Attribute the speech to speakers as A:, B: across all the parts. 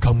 A: Come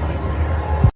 A: nightmare.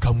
A: Come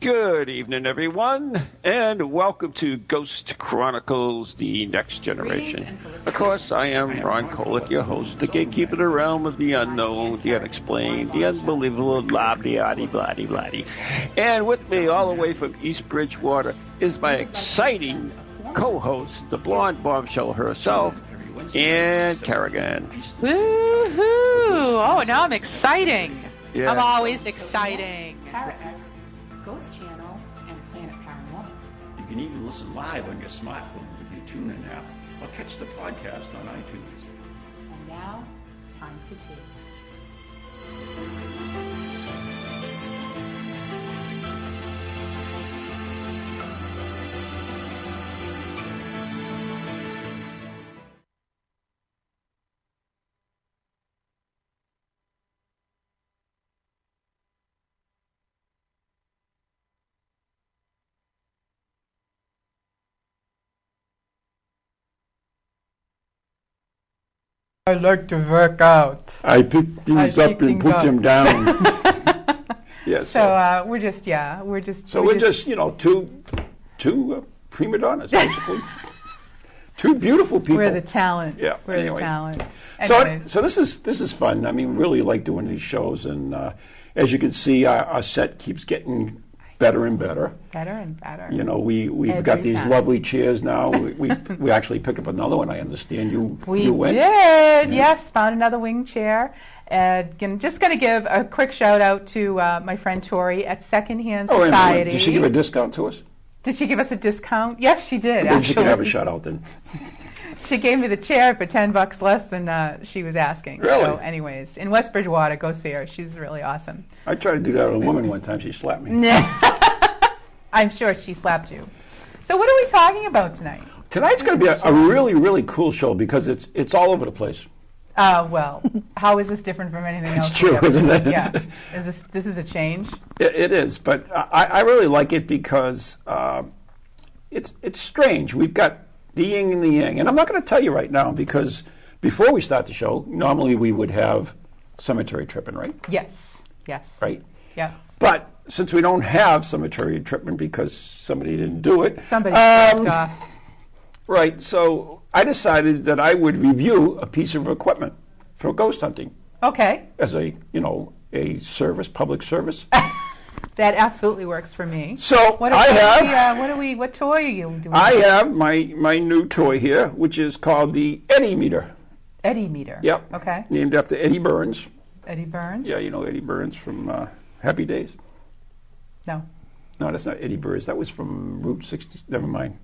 B: Good evening, everyone, and welcome to Ghost Chronicles The Next Generation. Of course, I am Ron Kolick, your host, the gatekeeper of the realm of the unknown, the unexplained, the unbelievable, blah, blah, blah, blah, blah. And with me, all the way from East Bridgewater, is my exciting co host, the blonde bombshell herself, Ann Carrigan.
C: Woohoo! Oh, now I'm exciting.
B: Yeah.
C: I'm always exciting.
D: Para X, Ghost Channel, and Planet Paranormal.
E: You can even listen live on your smartphone with your TuneIn app or catch the podcast on iTunes.
D: And now, time for tea.
F: I like to work out.
E: I pick things
F: I
E: up
F: pick
E: and
F: things
E: put
F: up.
E: them down. yes. So,
F: So uh, we're just yeah, we're just
E: so we're just, you know, two two uh, prima donnas, basically. two beautiful people.
F: we're the talent.
E: Yeah,
F: we're
E: anyway.
F: the talent.
E: so,
F: Anyways,
E: so this is this is fun. I mean, really like doing these shows, and uh, as you can see, our, our set keeps getting better and better.
F: better and better.
E: You know, we we've got
F: Every
E: these
F: time.
E: lovely chairs now. We, we we actually picked up another one. I understand you
F: we
E: you went.
F: did. Yes, found another wing chair. And can, just going to give a quick shout out to uh, my friend Tori at Secondhand
E: Oh, wait a minute.
F: Society.
E: Did she give a discount to us?
F: Did she give us a discount? Yes, she did.
E: Then she
F: actually.
E: can have a shout out then.
F: She gave me the chair for ten bucks less than uh, she was asking. So,
E: Really?
F: anyways, in West Bridgewater, go see her. She's really awesome.
E: I tried to do that on a woman one time. She slapped me.
F: I'm sure she slapped you. So what are we talking about tonight?
E: Tonight's going to be a, a really, really cool show because it's it's all over the place.
F: Uh, well, how is this different from anything else?
E: true,
F: we've ever
E: isn't
F: done?
E: it?
F: Yeah. Is this this is a change?
E: It, it is, but I, I really like it because uh, it's it's strange. We've got the yin and the yang, and I'm not going to tell you right now because before we start the show, normally we would have cemetery tripping, right?
F: Yes. Yes.
E: Right.
F: Yeah.
E: But since we don't have cemetery tripping because somebody didn't do it,
F: Somebody
E: um,
F: slapped off.
E: Right. So I decided that I would review a piece of equipment for ghost hunting
F: Okay.
E: as a, you know, a service, public service.
F: That absolutely works for me.
E: So
F: What are
E: I
F: we,
E: have,
F: uh, what are we? What toy are you doing?
E: I have my my new toy here, which is called the Eddie meter.
F: Eddie meter.
E: Yep.
F: Okay.
E: Named after Eddie Burns.
F: Eddie Burns.
E: Yeah, you know Eddie Burns from uh, Happy Days.
F: No.
E: No, that's not Eddie Burns. That was from Route 60. Never mind.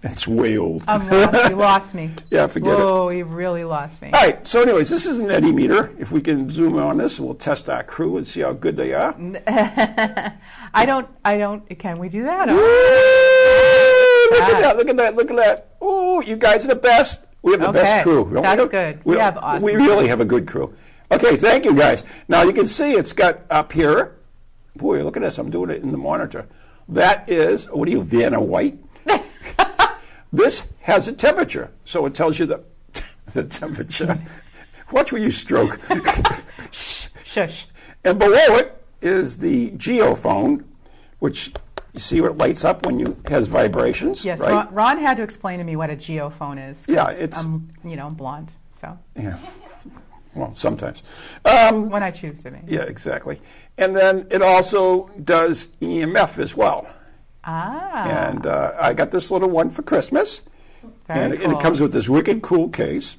E: That's way old.
F: I'm lost. You lost me.
E: yeah, forget it. Ah!
F: Whoa, you really lost me.
E: All right. So, anyways, this is an Eddie meter. If we can zoom in on this, we'll test our crew and see how good they are.
F: I don't. I don't. Can we do that?
E: Woo! Look at
F: God.
E: that! Look at that! Look at that! Oh, you guys are the best. We have the best
F: Okay,
E: crew. don't we?
F: that's good. We have awesome
E: We really have a good crew. Okay, thank you guys. Now you can see it's got up here. Boy, look at this! I'm doing it in the monitor. That is what are you, Vanna White? this has a temperature, so it tells you the the temperature. Watch where you stroke.
F: Shush.
E: And below it is the geophone, which you see what lights up when you has vibrations,
F: Yes,
E: right?
F: Ron, Ron had to explain to me what a geophone is. 'cause
E: Yeah, it's- Mm-hmm.
F: I'm, you know, blonde, so
E: Yeah. Well, sometimes. Um,
F: when I choose to be.
E: yeah, exactly. And then it also does EMF as well.
F: Ah,
E: And uh, I got this little one for Christmas,
F: very
E: and, it-
F: cool.
E: and it comes with this wicked cool case,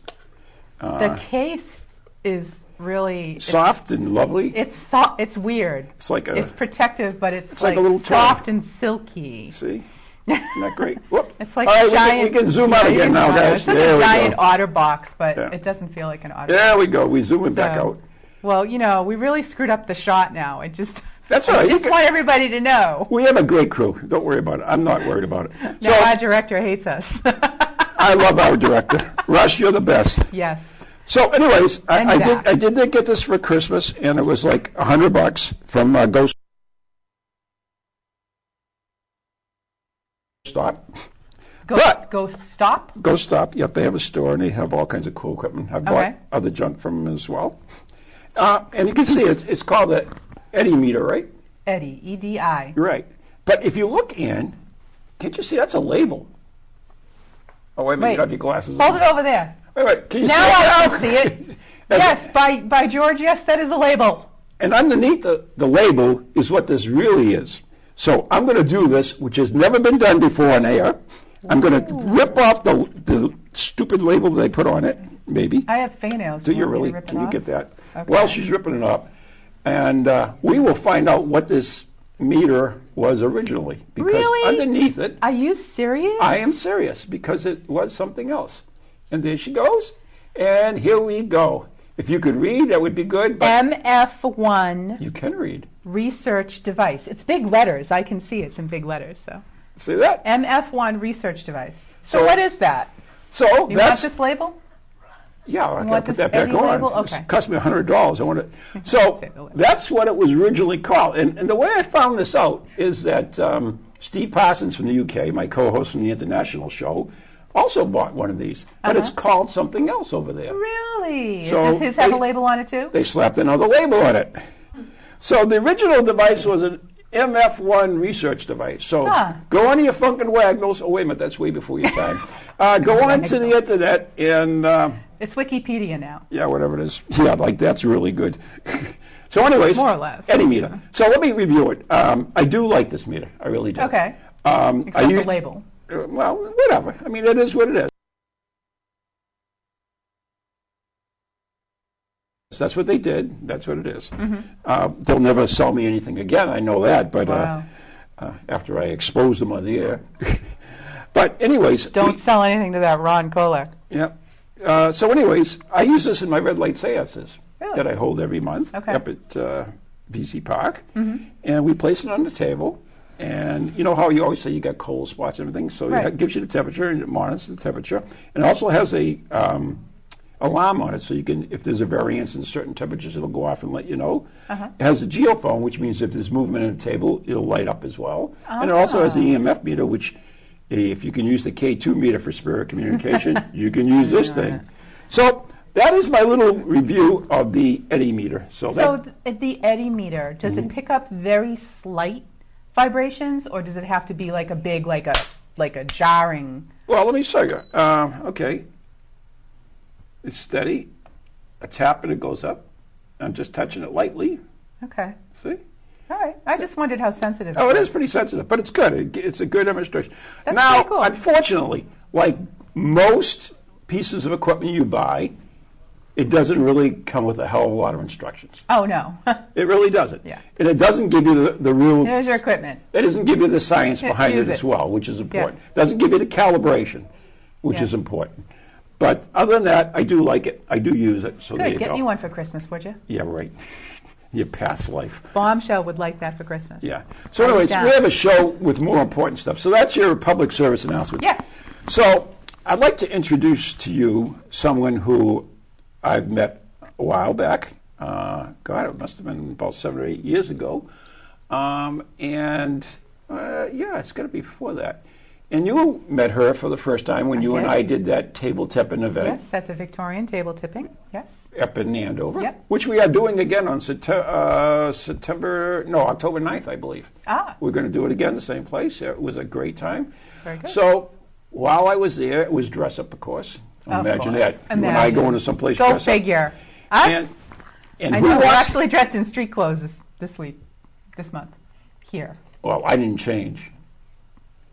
F: the case is really
E: soft and lovely.
F: It's so, it's weird.
E: it's like a
F: It's protective, but it's,
E: Uh, like a little tub.
F: soft and silky.
E: see. Isn't that great? Whoop.
F: It's like
E: All right,
F: a
E: we can-
F: giant.
E: We can, zoom out
F: yeah, you
E: again
F: can
E: now.
F: zoom out.
E: That's,
F: It's like
E: there
F: a
E: we
F: giant
E: go.
F: otter box, but
E: Yeah.
F: it doesn't feel like an otter.
E: There we go. We zoom it back
F: So-
E: out.
F: Well, you know, we really screwed up the shot now. It just.
E: That's all
F: I
E: right. You
F: just
E: can-
F: want everybody to know.
E: We have a great crew. Don't worry about it. I'm not worried about it. So
F: Now our director hates us.
E: I love our director. Rush, you're the best.
F: yes.
E: So, anyways,
F: And
E: I, I
F: back.
E: did I did not get this for Christmas, and it was like a hundred bucks from uh, Ghost Stop.
F: Ghost,
E: But-
F: ghost stop.
E: Ghost Stop. Yep, they have a store, and they have all kinds of cool equipment. I bought
F: Okay.
E: other junk from them as well. Uh, and you can see it's, it's called the Eddy meter, right?
F: Eddie, E D I.
E: You're right. But if you look in, can't you see that's a label? Oh wait a minute,
F: Wait.
E: you have your glasses.
F: Hold
E: on.
F: it over there.
E: Wait, wait, can you
F: Now
E: see
F: I
E: it?
F: can see it.
E: That's-
F: Yes, by by George. Yes, that is a label.
E: And underneath the, the label is what this really is. So I'm going to do this, which has never been done before on air. I'm going to rip off the, the stupid label they put on it, maybe.
F: I have fingernails.
E: Do
F: you
E: you
F: want me to
E: really?
F: rip it
E: Can you
F: off?
E: get that?
F: Okay.
E: Well, she's ripping it up. And uh, we will find out what this meter was originally. Because
F: Really?
E: underneath it,
F: Are you serious?
E: I am serious, because it was something else. And there she goes. And here we go. If you could read, that would be good. But
F: MF1
E: you can read.
F: research device. It's big letters. I can see it's in big letters. So
E: See that?
F: MF1 research device. So,
E: So-
F: what is that?
E: So
F: You
E: that's
F: want this label?
E: yeah. I gotta put
F: want this
E: that back
F: Eddie
E: on.
F: label?
E: It's
F: Okay.
E: cost me a hundred dollars. I want to. So
F: Save the label.
E: that's what it was originally called. And, and the way I found this out is that um, Steve Parsons from the UK, my co-host from the international show, also bought one of these, but it's called something else over there.
F: Uh-huh. Really?
E: So
F: Does his have
E: they-
F: a label on it too?
E: They slapped another label on it. So the original device was an MF1 research device. So
F: Huh.
E: go onto your Funkin' Wagnalls. Oh, wait a minute, that's way before your time. uh, go on to the internet and. Uh,
F: It's Wikipedia now.
E: Yeah, whatever it is. Yeah, like that's really good. so, anyways,
F: More or less.
E: any meter. So let me review it. Um, I do like this meter. I really do.
F: Okay.
E: Um, I
F: Except the
E: u-
F: label.
E: uh, Well, whatever. I mean, it is what it is. That's what they did. That's what it is.
F: Mm-hmm.
E: Uh, they'll never sell me anything again. I know that. But
F: Wow.
E: uh, uh, after I expose them on the air. but anyways,
F: Don't sell anything to that Ron Kohler.
E: yeah. Uh, so, anyways, I use this in my red light seances
F: Really?
E: that I hold every month
F: Okay.
E: up at uh, BC Park, and we place it on the table. And you know how you always say you got cold spots and everything, so
F: Right.
E: it gives you the temperature and it monitors the temperature, and it also has a um, alarm on it, so you can if there's a variance in certain temperatures, it'll go off and let you know. It has a geophone, which means if there's movement in a table, it'll light up as well, and it also has the EMF meter, which if you can use the K2 meter for spirit communication, you can use this thing. So that is my little review of the eddy meter. So,
F: So
E: that,
F: th- the eddy meter, does
E: Mm-hmm.
F: it pick up very slight vibrations, or does it have to be like a big, like a like a jarring?
E: well, let me show you. Um, okay, it's steady. I tap and it goes up. I'm just touching it lightly.
F: Okay.
E: See?
F: All right. I just wondered how sensitive.
E: Oh, it is pretty sensitive, but it's good. It, g- it's a good demonstration.
F: That's
E: now,
F: pretty cool.
E: unfortunately, like most pieces of equipment you buy, it doesn't really come with a hell of a lot of instructions.
F: Oh no.
E: It really doesn't.
F: Yeah.
E: And it doesn't give you the, the real.
F: There's your equipment.
E: It doesn't give you the science behind
F: use
E: it
F: it.
E: as well, which is important. Doesn't give you the calibration, which
F: Yeah.
E: is important. But other than that, I do like it. I do use it. So there
F: Good.
E: you
F: Get
E: go.
F: me one for Christmas, would you?
E: Yeah, right. Your past life.
F: Bombshell would like that for Christmas.
E: Yeah. So, anyways,
F: down.
E: we have a show with more important stuff. So that's your public service announcement.
F: Yes.
E: So I'd like to introduce to you someone who I've met a while back. Uh, God, it must have been about seven or eight years ago. Um, and uh, yeah, it's got to be before that. And you met her for the first time when you and
F: did.
E: I did that table tipping event
F: Yes, at the Victorian table tipping. Yes.
E: up in Andover,
F: Yep.
E: which we are doing again on September, uh, September no, October 9th, I believe.
F: Ah.
E: We're going to do it again, the same place. It was a great time.
F: Very good.
E: So while I was there, it was dress up, of course.
F: Of
E: Imagine
F: course.
E: that. When I
F: Imagine.
E: go into someplace
F: Go
E: dress
F: figure.
E: up.
F: Us.
E: And, and
F: I
E: who
F: know. We're
E: wants-
F: actually dressed in street clothes this, this week, this month, here.
E: Well, I didn't change.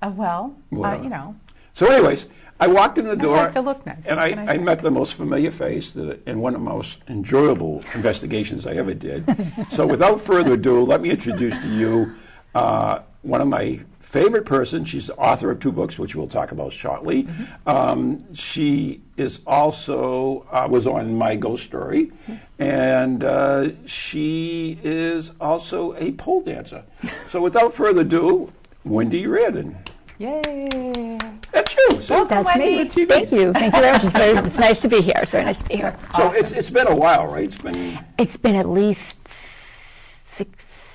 F: Uh, well, uh,
E: Well,
F: you know,
E: So, anyways, I walked in the door.
F: like to look nice.
E: And
F: What can I
E: I, I
F: say?
E: met the most familiar face that, in one of the most enjoyable investigations I ever did. so, without further ado, let me introduce to you uh, one of my favorite persons. She's the author of two books, which we'll talk about shortly.
F: Mm-hmm.
E: Um, she is also uh, was on My Ghost Story,
F: Mm-hmm.
E: and uh, she is also a pole dancer. so, without further ado, Wendy Reardon.
F: Yay.
E: That's you. See?
G: That's me.
F: Wendy.
G: Thank you. Thank you very much. It's, very, it's nice to be here. It's very nice to be here.
E: So Oh, it's, it's been a while, right? It's been,
G: It's been at least six,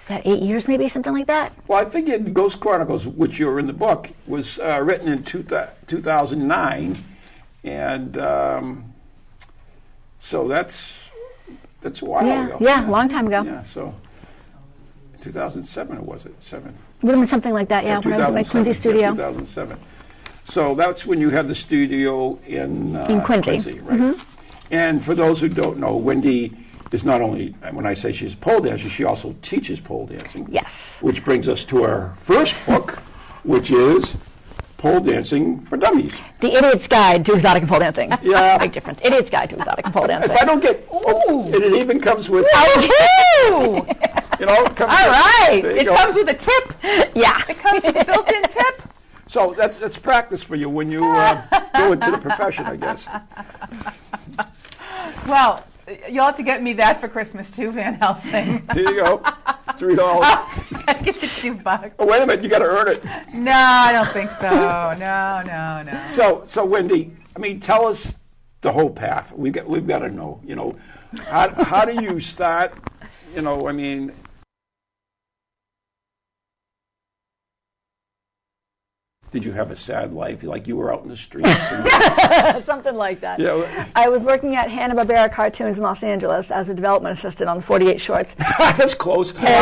G: eight years, maybe something like that.
E: well, I figured Ghost Chronicles, which you're in the book, was uh, written in two thou- 2009. And um, so that's that's a while
G: Oh, Yeah,
E: ago.
G: yeah, long time ago.
E: Yeah, so 2007 or was it? Seven.
G: Would have been something like that, yeah,
E: Or
G: when I was at my
E: 2007,
G: Quincy
E: yeah,
G: studio.
E: 2007. So that's when you had the studio in uh,
G: In Quincy. Mm-hmm.
E: right? And for those who don't know, Wendy is not only when I say she's a pole dancer, she also teaches pole dancing.
G: Yes.
E: Which brings us to our first book, which is Pole Dancing for Dummies.
G: The Idiot's Guide to Exotic Pole Dancing.
E: Yeah.
G: Big difference. Idiot's Guide to Exotic Pole Dancing.
E: If I don't get, oh, and it even comes with,
G: Woohoo!
E: it all comes. All
F: All right.
E: There you
F: It
E: go.
F: comes with a tip.
G: yeah.
F: It comes with a built-in tip.
E: So that's that's practice for you when you uh, go into the profession, I guess.
F: Well, you'll have to get me that for Christmas too, Van Helsing.
E: Here you go, three dollars.
F: I get the two bucks.
E: Oh, wait a minute, you got to earn it.
F: No, I don't think so. No, no, no.
E: So, so Wendy, I mean, tell us the whole path. We got, we've got to know. You know, how, how do you start? You know, I mean, did you have a sad life? Like you were out in the streets? And,
G: something like that.
E: you know,
G: I was working at Hanna-Barbera Cartoons in Los Angeles as a development assistant on the 48 shorts.
E: that's close.
G: yeah,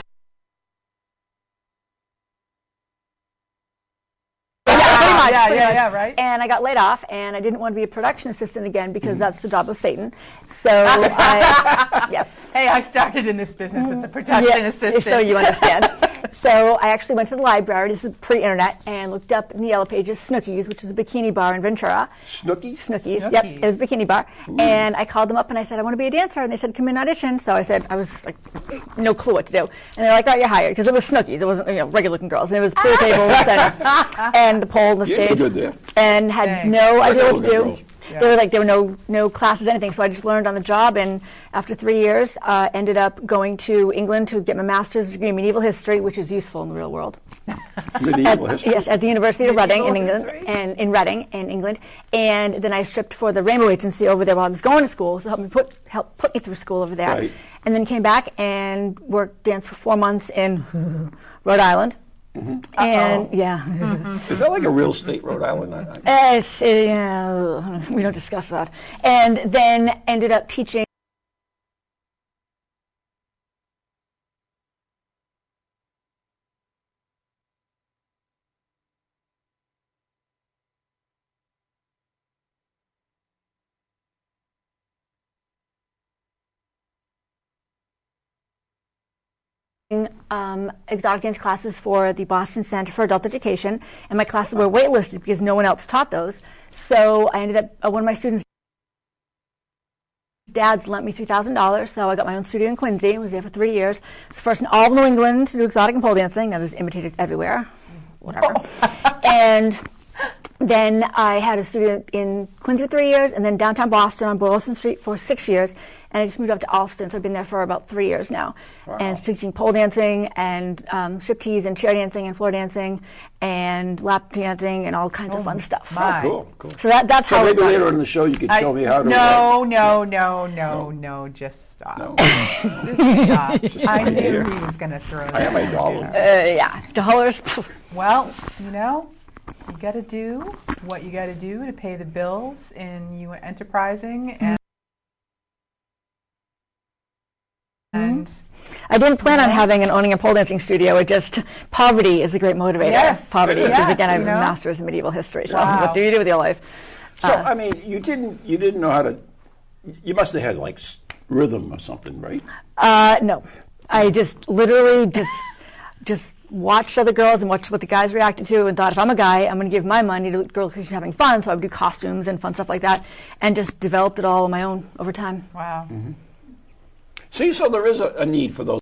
G: pretty much,
F: yeah,
G: pretty
F: yeah,
G: much.
F: yeah, right?
G: And I got laid off, and I didn't want to be a production assistant again because
F: Mm-hmm.
G: that's the job of Satan. So I, yes,
F: Hey, I started in this business. It's a production
G: yeah,
F: assistant.
G: So you understand. so I actually went to the library. This is pre-internet, and looked up in the Yellow Pages Snookies, which is a bikini bar in Ventura.
E: Snookies?
G: Snookies. Yep, it was a bikini bar. And I called them up and I said, I want to be a dancer. And they said, come in and audition. So I said, I was like, no clue what to do. And they're like, oh, you're hired. Because it was Snookies. It wasn't, you know, regular looking girls. And it was pool tables and, and the pole and the
E: You did
G: stage.
E: good there.
G: And had
F: Thanks.
G: no idea what to
E: Regular
G: do.
E: girls.
G: There were like, there were no, no classes, anything. So I just learned on the job. And after three years, uh, ended up going to England to get my master's degree in medieval history, which is useful in the real world.
E: Medieval history.
G: Yes, at the University of Reading in England,
F: history?
G: and in Reading in England, and then I stripped for the Rainbow Agency over there while I was going to school, so help me put help put me through school over there,
E: Right.
G: and then came back and worked dance for four months in Rhode Island,
E: Mm-hmm.
G: and yeah,
E: Is that like a real state, Rhode Island? I- I-
G: Yes, yeah, we don't discuss that, and then ended up teaching. um, exotic dance classes for the Boston Center for Adult Education, and my classes were waitlisted because no one else taught those. So I ended up, uh, one of my students' dads lent me $3,000, so I got my own studio in Quincy. I was there for three years. I was first in all of New England to do exotic and pole dancing. Now there's imitators everywhere, whatever. and then I had a studio in Quincy for three years, and then downtown Boston on Boylston Street for six years. And I just moved up to Alston, so I've been there for about three years now. And teaching pole dancing and um, striptease and chair dancing and floor dancing and lap dancing and all kinds of fun stuff.
F: Oh my.
E: Cool, cool.
G: So that, that's
E: So
G: how
E: maybe
G: it
E: later
G: got.
E: on in the show you can show me how to.
F: no, no, no, no, no, Just stop.
E: No.
F: Just stop. I
E: stop
F: knew
E: here.
F: he was going to throw that.
E: I am a
F: in
E: dollar.
G: Uh,
F: there.
G: yeah, dollars.
F: Well, you know, you got to do what you got to do to pay the bills, and you were enterprising
G: Mm-hmm.
F: and.
G: Mm-hmm.
F: And
G: I didn't plan on having and owning a pole dancing studio. It just poverty is a great motivator.
F: Yes,
G: poverty,
E: it is.
G: because again, I
F: Yes,
G: have
F: you know.
G: a master's in medieval history. So
F: Wow.
G: what do you do with your life?
E: So I mean, you didn't you didn't know how to. You must have had like s- rhythm or something, right?
G: Uh, no, I just literally just just watched other girls and watched what the guys reacted to, and thought if I'm a guy, I'm going to give my money to girls who's having fun. So I would do costumes and fun stuff like that, and just developed it all on my own over time.
F: wow.
E: Mm-hmm. See, so there is a, a need for those.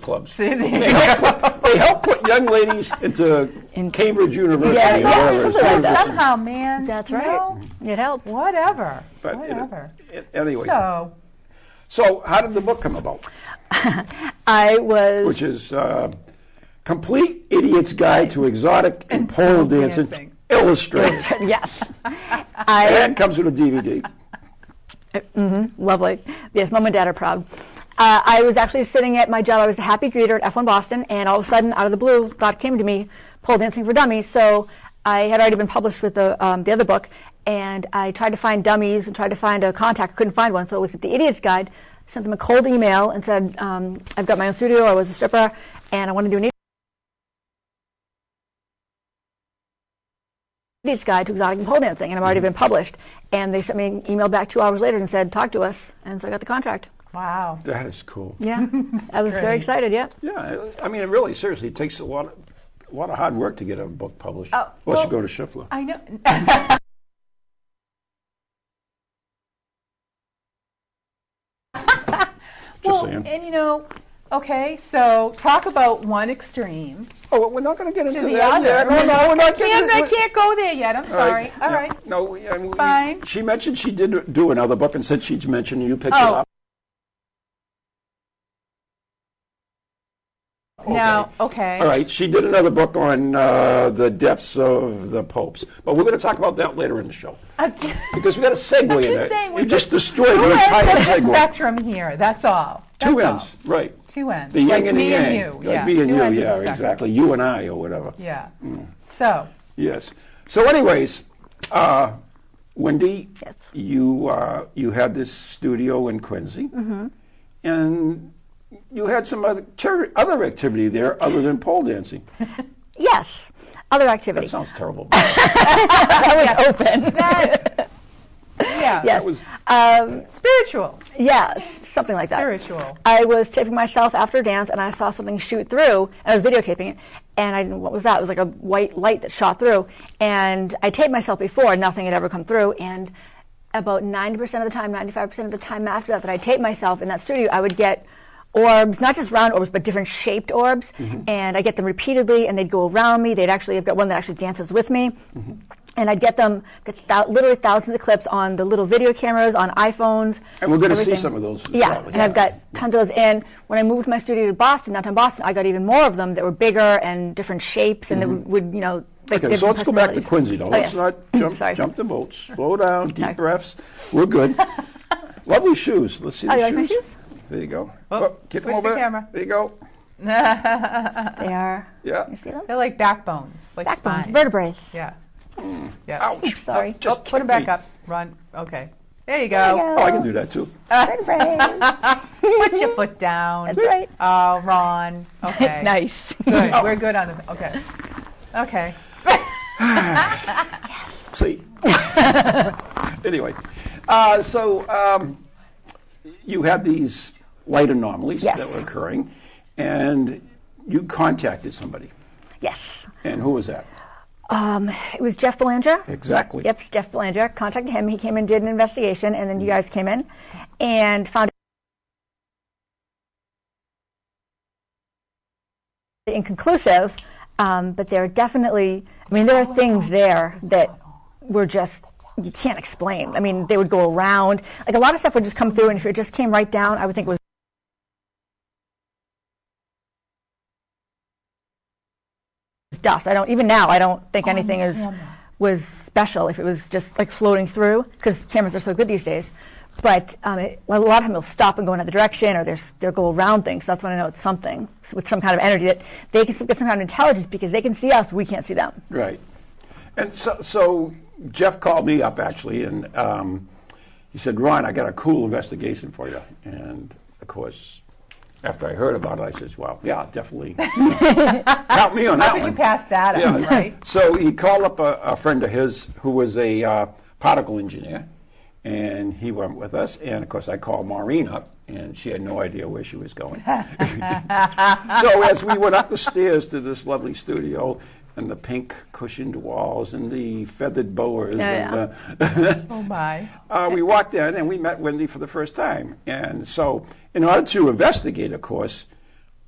E: Clubs.
F: See, there you
E: They help, put, they help put young ladies into Cambridge University
G: Yeah,
E: or
G: yeah,
E: whatever.
G: something like that.
F: Somehow, man.
G: That's
F: you
G: right.
F: know,
G: It helped.
F: whatever.
E: But it-
F: whatever.
E: it- anyway, so.
F: so,
E: how did the book come about?
G: I was
E: Which is uh, Complete Idiot's Guide to Exotic and, Pole Dancing,
F: dancing.
E: Illustrated.
G: yes. I
E: and comes with a DVD.
G: lovely. Yes, mom and dad are proud. Uh, I was actually sitting at my job. I was a happy greeter at F1 Boston, and all of a sudden, out of the blue, thought came to me, pole dancing for dummies. So I had already been published with the um, the other book, and I tried to find dummies and tried to find a contact. Couldn't find one, so I looked at the Idiot's Guide. Sent them a cold email and said, um, "I've got my own studio. I was a stripper, and I want to do an." Idiot's Guide to Exotic and Pole Dancing, and I've already been published. And they sent me an email back two hours later and said, "Talk to us." And so I got the contract.
F: Wow.
E: That is cool.
G: Yeah, I was very
F: great.
G: excited. Yeah,
E: Yeah, it- I mean, it really, seriously, it takes a lot of, a lot of hard work to get a book published.
F: Oh,
E: Unless you
F: well,
E: go to Schiffler.
F: I know. well,
E: saying.
F: and you know, okay, so talk about one extreme
E: oh, well, we're not going to get
F: to
E: into
F: the
E: that
F: other.
E: yet. No, no, we're
F: I
E: not getting
F: can't, I can't go there yet. I'm
E: All
F: sorry. All
E: yeah.
F: right.
E: No, we, I mean, we-
F: Fine.
E: She mentioned she did do another book and said she'd mentioned you picked
F: Oh.
E: it up.
F: Now, okay.
E: All right, she did another book on uh, the deaths of the popes, but we're going to talk about that later in the show
F: I'm just,
E: because we got a segue
F: I'm
E: in
F: just
E: it.
F: saying
E: you
F: we're
E: just destroyed
F: Go
E: the
F: ahead,
E: entire
F: there's a
E: segue.
F: spectrum here. That's all.
E: Two
F: That's
E: ends,
F: all.
E: right?
F: Two ends.
E: The yin
F: like
E: and the
F: me
E: yang.
F: and you.
E: Like
F: yeah.
E: me and
F: Two
E: you,
F: ends of the
E: yeah,
F: spectrum.
E: exactly. Mm. You and I, or whatever.
F: Yeah. So,
E: Yes. So, anyways, uh, Wendy,
G: yes.
E: you uh, you had this studio in Quincy,
G: Mm-hmm.
E: and you had some other ter- other activity there other than pole dancing.
G: Yes. Other
E: That
G: activity.
E: sounds terrible. but
G: I was open.
F: yeah.
G: yes.
E: That was
G: Um,
F: Spiritual.
G: yes. Something like that.
F: Spiritual.
G: I was taping myself after a dance, and I saw something shoot through. And I was videotaping it, and I didn't. What was that? It was like a white light that shot through. And I taped myself before, and nothing had ever come through. And about 90% of the time, 95% of the time after that, that I taped myself in that studio, I would get orbs, not just round orbs, but different shaped orbs. And I get them repeatedly, and they'd go around me. They'd actually, I've got one that actually dances with me. And I'd get them, get thou- literally thousands of clips on the little video cameras, on iPhones.
E: And we're gonna see
G: everything.
E: some of those
G: Yeah,
E: shortly.
G: and I've got tons of those. And when I moved my studio to Boston, downtown Boston, I got even more of them that were bigger and different shapes, and that would, you know, like
E: Mm-hmm. okay.
G: different
E: So let's go back to
G: personalities.
E: Quincy. Though.
G: Oh,
E: let's
G: yes.
E: not jump
G: Sorry.
E: jump the boat. Slow down. Deep
G: Sorry.
E: breaths. We're good. Lovely shoes. Let's see
G: Oh,
E: the
G: you like my shoes?
E: There you go.
F: Oh,
E: kick 'em
F: switch
E: over
F: the
E: there.
F: camera.
E: There you go.
F: They're
G: They are.
E: Yeah.
G: You see them?
F: like backbones, like
G: Backbones,
F: spines.
G: vertebrae.
F: Yeah. Yeah.
E: Mm.
F: Oh,
E: Ouch.
G: Sorry.
E: Just
F: Put them
E: kicked
F: back
E: me.
F: up. Run. Okay. There you
G: There
F: go.
G: you
E: Oh, I can do that too.
G: Vertebrae.
F: Put your foot down.
G: That's right.
F: Oh, Ron. Okay.
G: nice. Oh,
F: Good.
E: Oh.
F: We're good on the. Okay. Okay.
E: See. anyway, uh, so um, you had these light anomalies
G: Yes.
E: that were occurring, and you contacted somebody.
G: Yes.
E: And who was that?
G: Um, it was Jeff Belanger.
E: Exactly.
G: Yep, Jeff Belanger. Contacted him. He came and did an investigation, and then you guys came in and found it inconclusive. Um, but there are definitely, I mean, there are things there that were just you can't explain. I mean, they would go around. Like a lot of stuff would just come through, and if it just came right down, I would think it was. dust. I don't even now. I don't think anything is was special if it was just like floating through because cameras are so good these days. But um, it, well, a lot of them will stop and go another direction, or there's they'll go around things. So that's when I know it's something s- with some kind of energy that they can s- get some kind of intelligence because they can see us, we can't see them.
E: Right. And so, so Jeff called me up actually, and um, he said, "Ron, I got a cool investigation for you." And of course, after I heard about it, I says, "Well, yeah, definitely help me on that
F: How could
E: one."
F: you pass that up,
E: Yeah.
F: right?
E: So he called up a, a friend of his who was a uh, particle engineer, and he went with us. And of course, I called Maureen up, and she had no idea where she was going. so as we went up the stairs to this lovely studio, and the pink cushioned walls, and the feathered boas,
G: Yeah,
E: and the
F: Oh my.
E: uh, we walked in and we met Wendy for the first time. And so, in order to investigate, of course,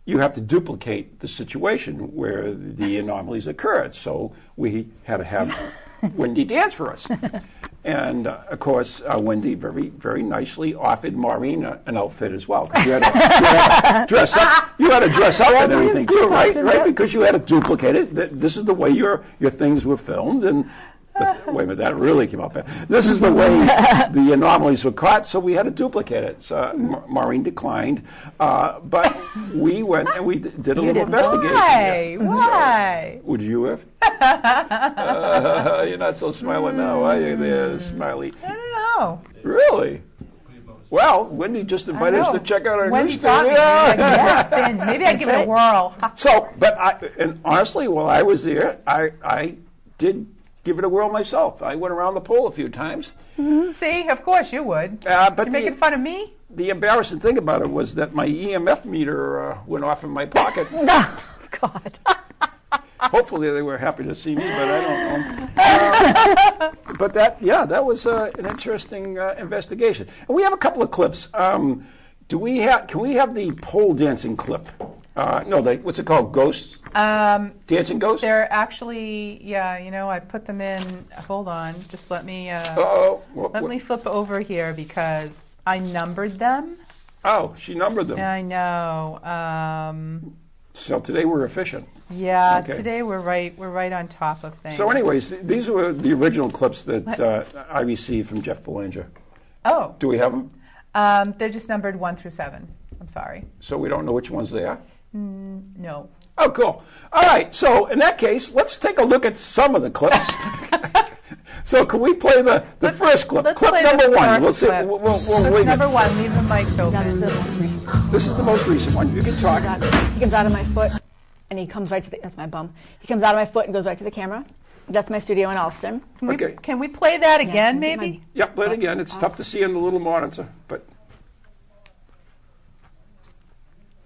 E: you have to duplicate the situation where the anomalies occurred. So we had to have Wendy dance for us. And uh, of course, uh, Wendy very, very nicely offered Maureen a, an outfit as well. 'cause You had, to, you had to dress up. You had to dress up and everything too, right? Right? Because you had to duplicate it. Th- This is the way your your things were filmed. And the, wait a minute, that really came out bad. This is the way the anomalies were caught. So we had to duplicate it. So uh, Ma- Maureen declined, uh, but we went and we d- did a little investigation.
F: Why?
E: here.
F: Why?
E: Would you have? Uh, you're not so smiling now, are you,
F: Mm.
E: there, Smiley?
F: I don't know.
E: Really? Well, Wendy just invited us
F: know.
E: to check out our
F: When
E: new
F: you taught me,
E: studio.
F: I was like, yes, Ben, maybe I'd give it a whirl.
E: So, but I, and honestly, while I was there, I, I did give it a whirl myself. I went around the pool a few times.
F: See, of course you would.
E: Uh, but
F: You're
E: the,
F: making fun of me?
E: the embarrassing thing about it was that my EMF meter uh, went off in my pocket.
G: God.
E: Hopefully, they were happy to see me, but I don't know. Uh, but that, yeah, that was uh, an interesting uh, investigation. And we have a couple of clips. Um, do we have? Can we have the pole dancing clip? Uh, no, they, what's it called? Ghost
F: Um,
E: dancing ghost.
F: they're actually, yeah, you know, I put them in. Hold on. Just let me, uh,
E: Oh,
F: let me flip over here because I numbered them.
E: oh, she numbered them.
F: I know. Um,
E: So today we're efficient.
F: yeah,
E: Okay.
F: today we're right, we're right on top of things.
E: So, anyways, th- these were the original clips that uh, I received from Jeff Belanger.
F: oh,
E: Do we have them?
F: um, they're just numbered one through seven. I'm sorry.
E: So we don't know which ones they are.
F: No.
E: Oh, cool. All right. So in that case, let's take a look at some of the clips. so can we play the, the first clip?
F: let's
E: clip
F: play the
E: number one.
F: first
E: We'll see.
F: clip.
E: We'll, we'll, we'll wing
F: Number
E: it.
F: one, leave the mics open.
E: This is the most recent one. You can talk.
G: He comes out of my foot and he comes right to the, that's my bum. He comes out of my foot and goes right to the camera. That's my studio in Alston.
F: Can we,
E: Okay.
F: can we play that again,
G: can we get
F: maybe?
E: Yep. But again, it's tough to see on the little monitor, but.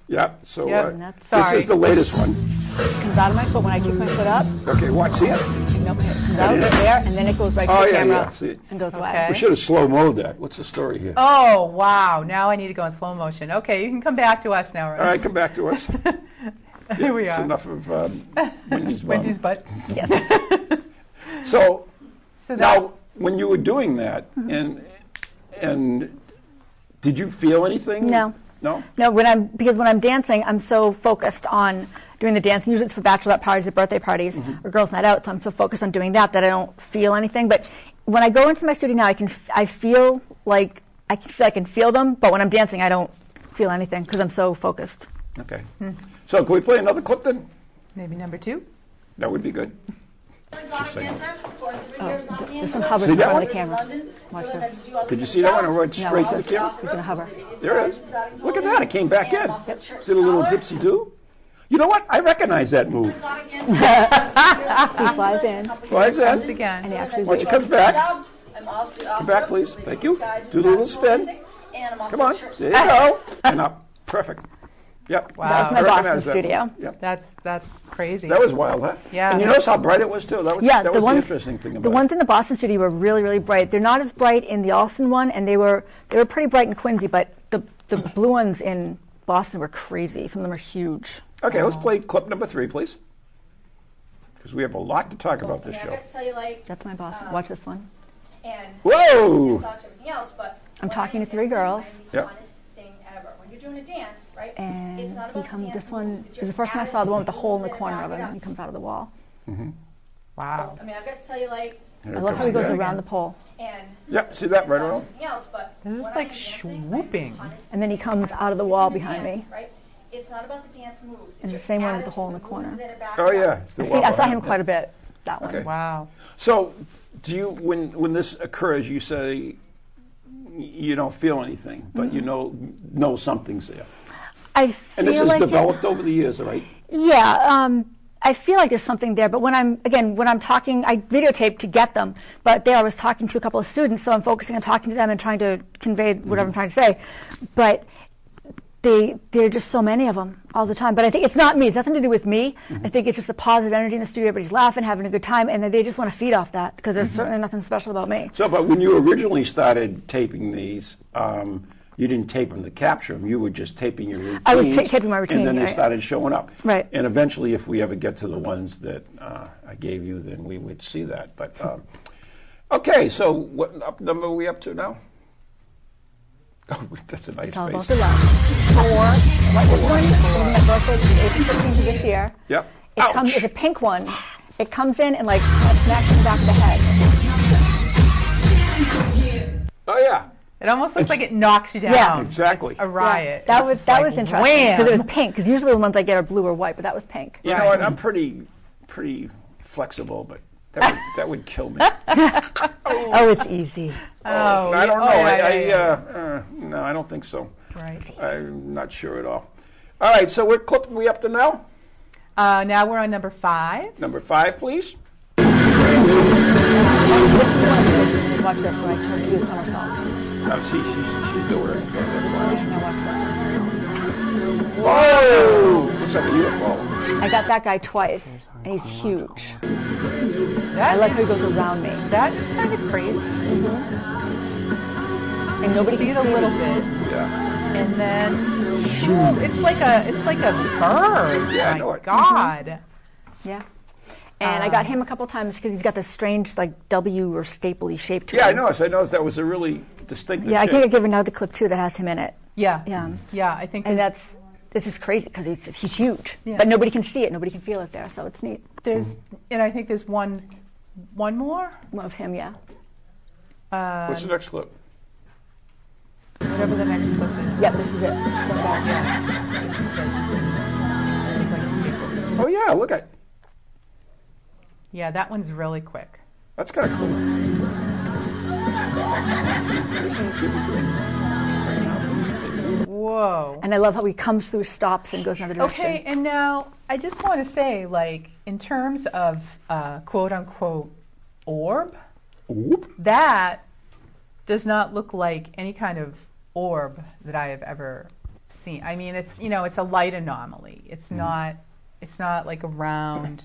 E: Yeah, so
F: Yep,
E: uh,
F: and
G: that's-
E: this
F: sorry.
E: is the latest one.
G: He comes out of my foot when I kick my foot up.
E: Okay, watch. See it?
G: And nope, it comes out right there and then it goes right to
E: Oh,
G: the
E: yeah,
G: camera
E: yeah. See,
G: and goes
E: we
G: away.
E: should have slow mowed that. What's the story here?
F: Oh, wow. Now I need to go in slow motion. Okay, you can come back to us now, Rose.
E: All right, come back to us.
F: Here we
E: It's
F: are.
E: enough of um, Wendy's bum.
F: Wendy's butt.
E: So
F: So that,
E: Now, when you were doing that,
F: Mm-hmm.
E: and and did you feel anything?
G: No.
E: No.
G: No, when I'm because when I'm dancing, I'm so focused on doing the dance. Usually it's for bachelorette parties or birthday parties
E: Mm-hmm.
G: or girls' night out. So I'm so focused on doing that that I don't feel anything. But when I go into my studio now, I can f- I feel like I can feel, I can feel them. But when I'm dancing, I don't feel anything because I'm so focused.
E: Okay.
F: Hmm.
E: So can we play another clip then?
F: maybe number two.
E: That would be good.
G: Oh, This one hovers
E: See
G: in
E: that
G: front of
E: one?
G: the camera. Watch this.
E: Did you see that one? I went
G: No,
E: straight to the
G: it's-
E: camera.
G: It's gonna hover.
E: There it is. Look at that. It came back in. Is it a little dipsy do? You know what? I recognize that move.
G: He flies in
E: Why is that?
F: Once again.
G: and he actually.
E: Once it comes back, come back, please. Thank you. Do the little spin. Come on. There you go. And up. Perfect. Yep.
F: Wow.
G: That's my
E: I
G: boss in the
E: recognize that.
G: studio.
E: Yep.
F: That's that's crazy.
E: That was wild, huh?
F: Yeah.
E: And you notice how bright it was too. That was
G: Yeah,
E: that
G: the
E: was
G: ones,
E: the interesting thing about
G: the
E: it.
G: ones in the Boston studio were really, really bright. They're not as bright in the Alston one, and they were they were pretty bright in Quincy, but the the blue ones in Boston were crazy. Some of them are huge.
E: Okay,
G: Um,
E: let's play clip number three, please. Because we have a lot to talk about this show.
G: That's my Boston. Watch this one.
H: and
E: Whoa!
H: talk to everything else, but
G: I'm
H: when
G: talking
H: I'm
G: to three
H: dancing,
G: girls.
H: I'm the
E: Yep.
H: honest thing ever. When you're doing a dance, right?
G: And
H: it's not
G: he
H: about the
G: comes.
H: dance
G: This one
H: it's
G: is the
H: your
G: first time I saw the one with the
H: attitude,
G: hole in the
H: it's
G: corner of
H: gonna
G: it.
H: knock
G: He comes out of the wall.
F: wow.
H: I mean, I've got
E: Here
H: cellulite
G: I
E: it
G: love
E: comes
G: how he goes
E: again.
G: around the pole,
H: and
E: Yep, see that right around?
H: everything else, but
F: This is
H: when
F: like
H: I'm dancing, I'm
F: swooping.
H: honest
G: and then he comes out of the
H: in
G: wall
H: the
G: behind me.
H: dance, Right? It's not about the dance moves. It's
G: the
H: your
G: same one with the
H: attitude,
G: hole in the
H: moves
G: corner.
H: that are back
E: Oh
H: up.
E: yeah, it's the
G: See,
E: wall
G: I saw
E: behind
G: him
E: it.
G: quite a bit. That one.
E: Okay.
F: Wow.
E: So, do you when when this occurs, you say you don't feel anything, but you know know something's there.
G: I Mm-hmm. feel
E: And this is
G: like it-
E: developed over the years, right?
G: Yeah, um, I feel like there's something there, but when I'm again when I'm talking, I videotape to get them. But there, I was talking to a couple of students, so I'm focusing on talking to them and trying to convey whatever I'm trying to say. But they there are just so many of them all the time. But I think it's not me; it's nothing to do with me. I think it's just the positive energy in the studio. Everybody's laughing, having a good time, and then they just want to feed off that because there's certainly nothing special about me.
E: So, but when you originally started taping these, um, you didn't tape them to capture them. You were just taping your routine.
G: I was ta- taping my routine,
E: and then they
G: right.
E: started showing up.
G: Right.
E: And eventually, if we ever get to the ones that uh, I gave you, then we would see that. But um, Okay, so what up number are we up to now? Oh, that's a nice
G: It's all about
E: face.
G: the love. Four. What is one is my birthday, the 8th and 15th of this year.
E: Yep.
G: It comes, it's a pink one. It comes in and like kind of smacks in the back of the head.
E: Oh yeah,
F: It almost looks like it knocks you down.
G: Yeah.
E: exactly.
F: A riot.
G: That was that was interesting
F: wham.
G: because it was pink. Because usually the ones I get are blue or white, but that was pink.
E: You know what? I'm pretty, pretty flexible, but that would, that would kill me.
G: Oh, it's easy.
F: Oh,
E: I don't know.
F: yeah, oh, yeah,
E: I, I,
F: yeah,
E: Uh, uh, no, I don't think so.
F: Right.
E: I'm not sure at all. All right, so we're clipping. We up to now
F: Uh, now we're on number five.
E: number five, please.
G: Watch this when I turn to you somersault.
E: Oh, see, she's she's doing it.
G: Now watch
E: Whoa! What's up with you? Oh,
G: this. I got that guy twice, and he's huge. I
F: That
G: like how
F: is,
G: he goes around me,
F: that is kind of crazy.
G: and
F: Mm-hmm. See
G: nobody can
F: it a
G: see
F: little
G: me.
F: bit,
E: yeah.
F: and then oh, it's like a it's like a bird.
E: Yeah, I
F: My
E: know it. Mm-hmm.
F: God.
G: Yeah. And I got
E: Um.
G: him a couple times because he's got this strange like W or stapley shape to
E: Yeah, I
G: him.
E: noticed. I noticed that was a really distinctive.
G: Yeah, I think I
E: shape.
G: gave another clip too that has him in it.
F: Yeah.
G: Yeah.
F: Yeah. I think
G: And
F: there's,
G: that's this is crazy because he's, he's huge,
F: Yeah. Mm-hmm.
G: but nobody can see it, nobody can feel it there, so it's neat.
F: there's and I think there's one one more.
G: One of him, yeah.
F: Uh,
E: What's the next clip?
F: whatever the next clip is.
G: Yep, this is it. So that-
E: Oh yeah, look at.
F: Yeah, that one's really quick.
E: That's kind of cool.
F: Whoa.
G: And I love how he comes through, stops, and goes another direction.
F: Okay, and now I just want to say, like, in terms of uh, quote unquote orb,
E: Whoop.
F: that does not look like any kind of orb that I have ever seen. I mean, it's you know, it's a light anomaly. It's
G: Mm-hmm.
F: not, it's not like a round,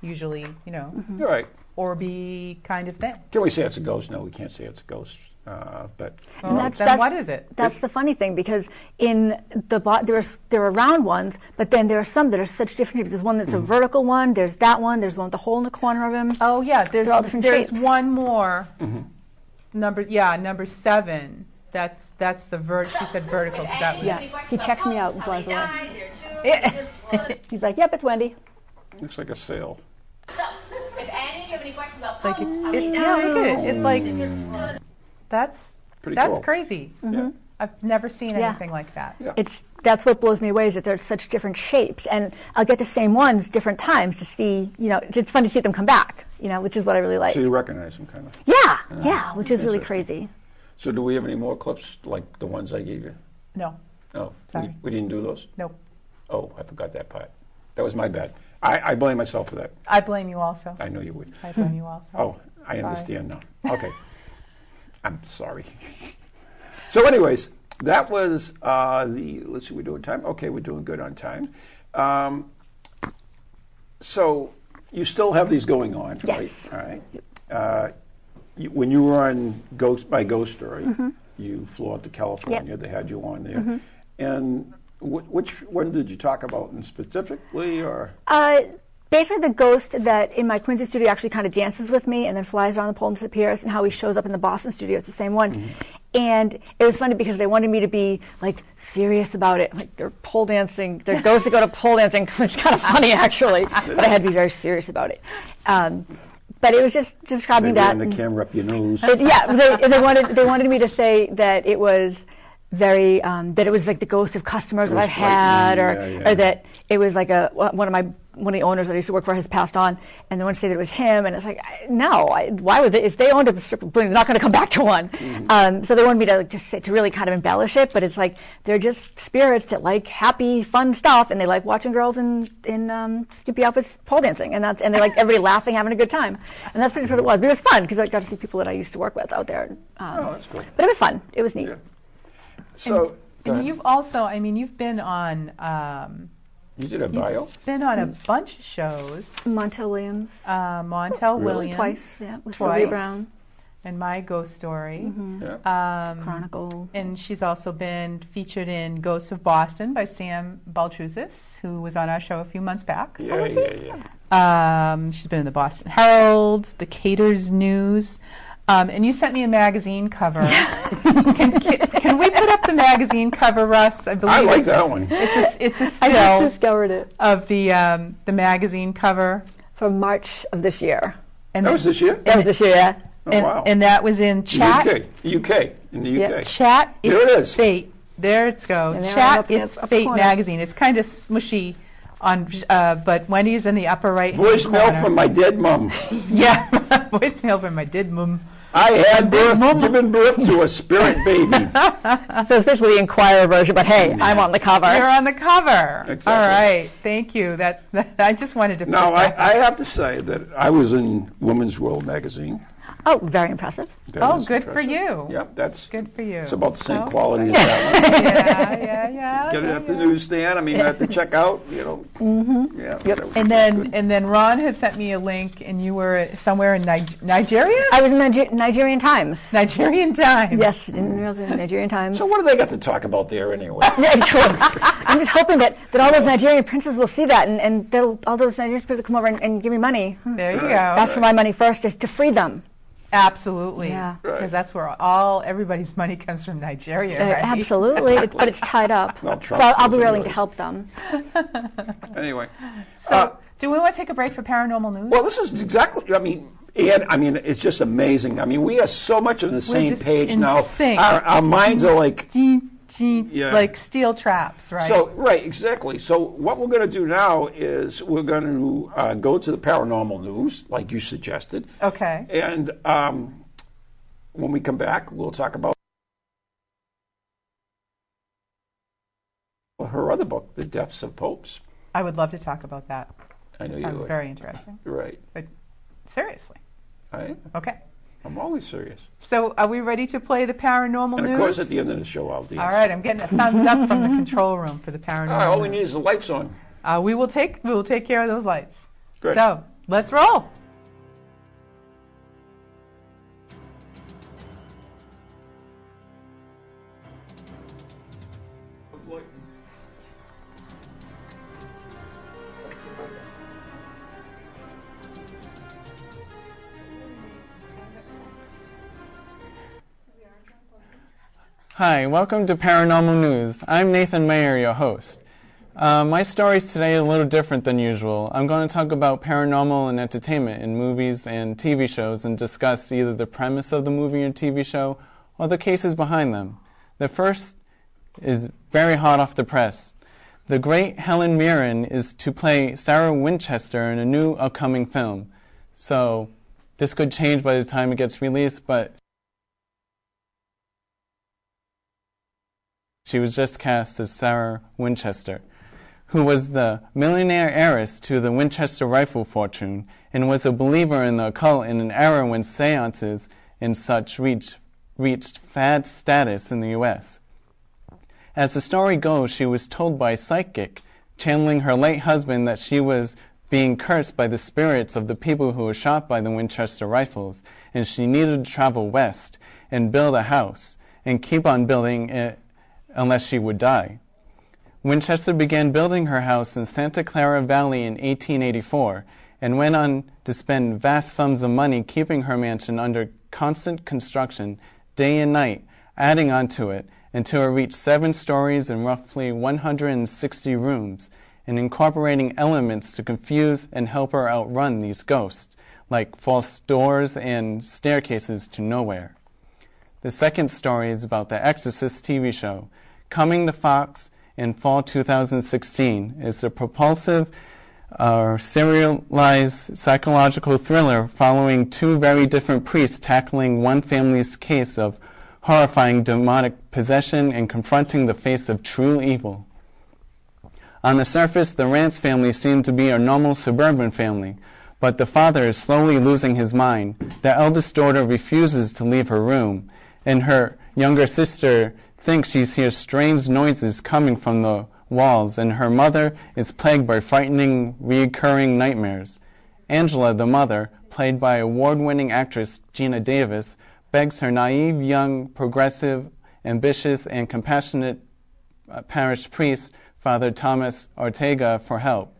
F: usually you know,
G: Mm-hmm.
E: All right.
F: orby kind of thing.
E: Can we say it's a ghost? No, we can't say it's a ghost. Uh, but
F: Well,
G: that's-
F: then
G: that's-
F: what is it?
G: That's the funny thing because in the bo- there's there are round ones, but then there are some that are such different shapes. There's one that's a vertical one. There's that one. There's one with a hole in the corner of him.
F: Mm-hmm. Oh yeah, there's
G: They're all different
F: there's
G: shapes.
F: one more
E: Mm-hmm.
F: number. Yeah, number seven. That's that's the vert. She said vertical. 'cause That was
G: Yeah, he checks me out and flies away.
H: away.
G: He's like, "Yep, it's Wendy."
E: looks like a sail.
H: So, if any of you have any questions about
F: like
H: pumps,
F: it's
H: how
F: it,
H: they
F: yeah,
H: died,
F: it is. It like
H: if there's blood,
F: that's
E: Pretty
F: that's
E: cool.
F: crazy.
E: Yeah.
F: I've never seen
G: Yeah.
F: anything like that.
G: It's that's what blows me away is that there's such different shapes, and I'll get the same ones different times to see. You know, it's fun to see them come back. You know, which is what I really like.
E: So you recognize them, kind of.
G: yeah, yeah, which is really
E: Uh, Interesting.
G: crazy.
E: So do we have any more clips like the ones I gave you?
F: No,
E: No.
F: Sorry.
E: We, we didn't do those?
F: Nope.
E: Oh, I forgot that part. That was my bad. I, I blame myself for that.
F: I blame you also.
E: I know you would.
F: I blame you also.
E: Oh, I understand now. Okay. I'm sorry. So, anyways, that was uh, the. Let's see, we're doing time. Okay, we're doing good on time. Um, so, you still have these going on,
G: Yes.
E: right? All right. Uh, you, when you were on Ghost by Ghost Story, you flew out to California. They had you on there, and. wh- Which one did you talk about in specifically, or
G: Uh, basically, the ghost that in my Quincy studio actually kind of dances with me and then flies around the pole and disappears, and how he shows up in the Boston studio. It's the same one.
E: Mm-hmm.
G: And it was funny because they wanted me to be like serious about it. Like they're pole dancing, they're ghosts that go to pole dancing. It's kind of funny actually, but I had to be very serious about it. Um, but it was just describing
E: they
G: that.
E: ran the
G: and-
E: camera up your nose?
G: it- yeah, they, they wanted they wanted me to say that it was very um, that it was like the ghost of customers that
E: was
G: I've had, or
E: frightening, yeah, yeah.
G: or that it was like a one of my one of the owners that I used to work for has passed on, and they want to say that it was him, and it's like I- no, I, why would they, if they owned a strip of they're not going to come back to one.
E: Mm-hmm.
G: Um, so they wanted me to like to, say, to really kind of embellish it, but it's like they're just spirits that like happy, fun stuff, and they like watching girls in in um, skimpy outfits pole dancing, and that's and they like everybody laughing, having a good time, and that's pretty much what it was. But it was fun because I got to see people that I used to work with out there. Um,
E: Oh, that's cool.
G: But it was fun. It was neat.
E: Yeah. So, go
F: And
E: ahead.
F: you've also, I mean, you've been on um,
E: You did a
F: you've
E: bio?
F: been on a bunch of shows.
G: Montel Williams
F: Uh, Montel
E: Really?
F: Williams
G: twice, Um, yeah, with
F: twice.
G: Sylvia Brown. Mm-hmm.
F: and my ghost story.
E: Yeah.
F: Um,
G: Chronicle.
F: And she's also been featured in Ghosts of Boston by Sam Baltrusis, who was on our show a few months back.
E: Yeah, yeah, yeah.
F: Um, she's been in the Boston Herald, the Cater's News. Um, and you sent me a magazine cover. can, can, can we put up the magazine cover, Russ? I believe
E: I like
F: it's,
E: that one.
F: It's a, it's a
G: I just
F: still
G: discovered it
F: of the um, the magazine cover.
G: from March of this year.
F: And,
E: That was this year.
G: That was this year. yeah.
E: Oh,
F: and,
E: wow.
F: and that was in chat.
E: UK, UK, in the
G: Yeah,
E: UK.
F: Chat
E: There
F: It's
E: it is.
F: Fate. There it's go.
G: And they're right
F: Chat
G: up in
F: It's
G: the upper
F: Fate
G: corner.
F: magazine. It's kind of smushy on, uh, but Wendy's in the upper right.
E: Voicemail from my dead mom.
F: yeah, voicemail from my did mum.
E: I had birth, given birth to a spirit baby. Uh-huh.
G: So it's basically the Inquirer version, but hey, I'm on the cover.
F: You're on the cover.
E: Exactly.
F: All right. Thank you. That's. I just wanted to.
E: Now,
F: put
E: I,
F: that-
E: I have to say that I was in Women's World magazine.
G: oh, very impressive.
E: That
F: oh,
E: is
F: good for
E: impressive.
F: you.
E: Yep, that's
F: Good for you.
E: it's about the same
F: Oh,
E: quality as that one.
F: Yeah, yeah, yeah.
E: Get it
F: yeah,
E: at the
F: yeah.
E: newsstand. I mean, at the checkout, you know. Mm-hmm. Yeah. whatever.
F: And then, and then Ron had sent me a link, and you were somewhere in Ni- Nigeria.
G: I was in Niger- Nigerian Times.
F: Nigerian time.
G: Yes, didn't realize it was Nigerian Times.
E: So what do they got to talk about there anyway?
G: Yeah, true. I'm just hoping that, that all those Nigerian princes will see that and, and they'll, all those Nigerian princes will come over and, and give me money.
F: There you go.
G: That's for my money first, is to free them.
F: Absolutely.
G: Yeah.
E: Right.
F: Because that's where all everybody's money comes from Nigeria.
G: Uh,
F: right?
G: Absolutely, it's, but it's tied up.
E: Well,
G: so
E: Trump
G: I'll, I'll be
E: doesn't
G: willing to
E: really-
G: help them.
E: Anyway,
F: So,
E: Uh,
F: do we want to take a break for paranormal news?
E: well, this is exactly. I mean, and I mean, it's just amazing. I mean, we are so much on the same
F: just
E: page
F: in
E: now.
F: sync.
E: Our, our minds are like
F: Gee, gee,
E: Yeah.
F: Like steel traps, right?
E: So right, exactly. So what we're going to do now is we're going to uh, go to the paranormal news, like you suggested,
F: okay.
E: and um, when we come back, we'll talk about her other book, The Deaths of Popes.
F: I would love to talk about that.
E: I know you
F: Sounds
E: would.
F: very interesting.
E: right.
F: Seriously.
E: I,
F: Okay.
E: I'm always serious.
F: So, are we ready to play the paranormal
E: And of
F: news?
E: course, at the end of the show, I'll do.
F: All right, I'm getting a thumbs up from the control room for the paranormal.
E: Ah, All right, all we
F: news.
E: need is the lights on.
F: Uh, we will take we will take care of those lights.
E: Good.
F: So let's roll.
I: Hi, welcome to Paranormal News. I'm Nathan Mayer, your host. Uh, my stories today are a little different than usual. I'm going to talk about paranormal and entertainment in movies and TV shows and discuss either the premise of the movie or TV show or the cases behind them. The first is very hot off the press. The great Helen Mirren is to play Sarah Winchester in a new upcoming film. So, this could change by the time it gets released, but She was just cast as Sarah Winchester, who was the millionaire heiress to the Winchester rifle fortune and was a believer in the occult in an era when seances and such reached, reached fad status in the U.S. As the story goes, she was told by a psychic channeling her late husband that she was being cursed by the spirits of the people who were shot by the Winchester rifles, and she needed to travel west and build a house and keep on building it unless she would die. Winchester began building her house in Santa Clara Valley in 1884 and went on to spend vast sums of money keeping her mansion under constant construction day and night, adding on to it until it reached seven stories and roughly 160 rooms, and incorporating elements to confuse and help her outrun these ghosts, like false doors and staircases to nowhere. The second story is about the Exorcist TV show. Coming to Fox in fall 2016 is a propulsive uh, serialized psychological thriller following two very different priests tackling one family's case of horrifying demonic possession and confronting the face of true evil. On the surface, the Rance family seemed to be a normal suburban family, but the father is slowly losing his mind. The eldest daughter refuses to leave her room, and her younger sister thinks she hears strange noises coming from the walls, and her mother is plagued by frightening, recurring nightmares. Angela, the mother, played by award winning actress Gina Davis, begs her naive, young, progressive, ambitious, and compassionate uh, parish priest, Father Thomas Ortega, for help.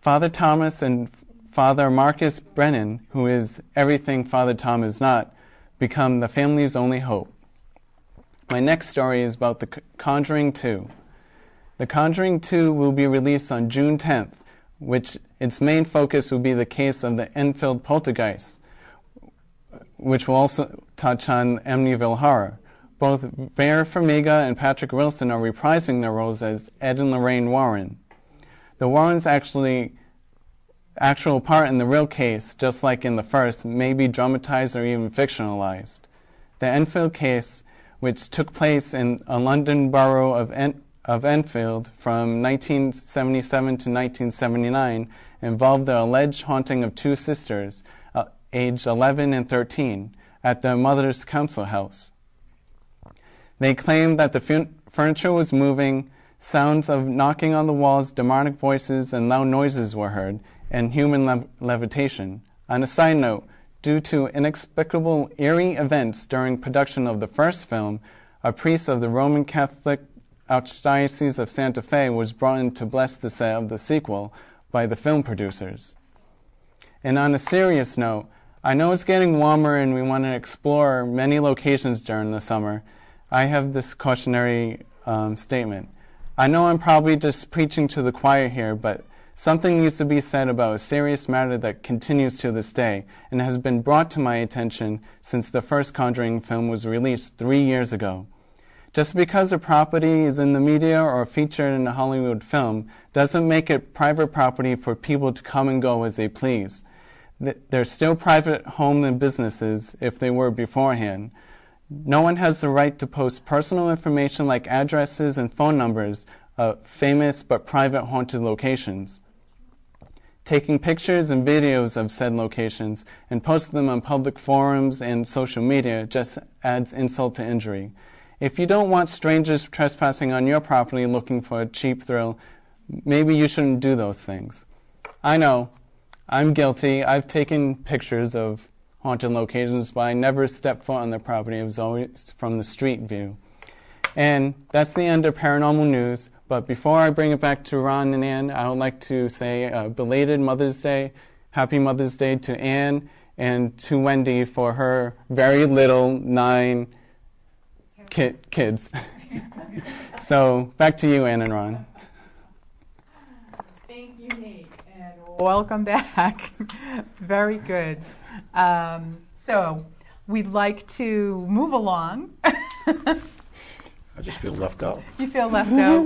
I: Father Thomas and Father Marcus Brennan, who is everything Father Tom is not, become the family's only hope. My next story is about The C- Conjuring 2. The Conjuring 2 will be released on June 10th, which its main focus will be the case of the Enfield poltergeist, which will also touch on Amityville Horror. Both Vera Farmiga and Patrick Wilson are reprising their roles as Ed and Lorraine Warren. The Warrens' actually actual part in the real case, just like in the first, may be dramatized or even fictionalized. The Enfield case, which took place in a London borough of, en- of Enfield from 1977 to 1979, involved the alleged haunting of two sisters, uh, aged 11 and 13, at their mother's council house. They claimed that the fun- furniture was moving, sounds of knocking on the walls, demonic voices, and loud noises were heard, and human lev- levitation. On a side note, due to inexplicable eerie events during production of the first film, a priest of the Roman Catholic Archdiocese of Santa Fe was brought in to bless the set of the sequel by the film producers. And on a serious note, I know it's getting warmer and we want to explore many locations during the summer. I have this cautionary um, statement. I know I'm probably just preaching to the choir here, but Something needs to be said about a serious matter that continues to this day and has been brought to my attention since the first Conjuring film was released three years ago. Just because a property is in the media or featured in a Hollywood film doesn't make it private property for people to come and go as they please. Th- They're still private homes and businesses if they were beforehand. No one has the right to post personal information like addresses and phone numbers of famous but private haunted locations taking pictures and videos of said locations and posting them on public forums and social media just adds insult to injury. If you don't want strangers trespassing on your property looking for a cheap thrill, maybe you shouldn't do those things. I know, I'm guilty. I've taken pictures of haunted locations, but I never stepped foot on their property. It was always from the street view. And that's the end of paranormal news. But before I bring it back to Ron and Ann, I would like to say uh, belated Mother's Day, Happy Mother's Day to Ann and to Wendy for her very little nine ki- kids. so back to you, Ann and Ron.
F: Thank you, Nate, and welcome back. Very good. Um, so we'd like to move along.
E: I just feel left out.
F: you feel left out.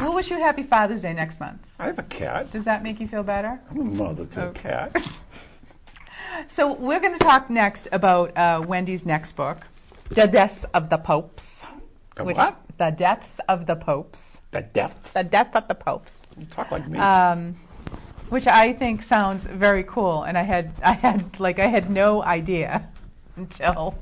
F: We'll wish you Happy Father's Day next month.
E: I have a cat.
F: Does that make you feel better?
E: I'm a mother to a cat.
F: So we're going to talk next about uh, Wendy's next book, The Deaths of the Popes.
E: The
F: which-
E: what?
F: The Deaths of the Popes.
E: The depths.
F: The Death of the Popes.
E: You talk like me.
G: uh,
F: um, which I think sounds very cool. And I had, I had, like, I had no idea until,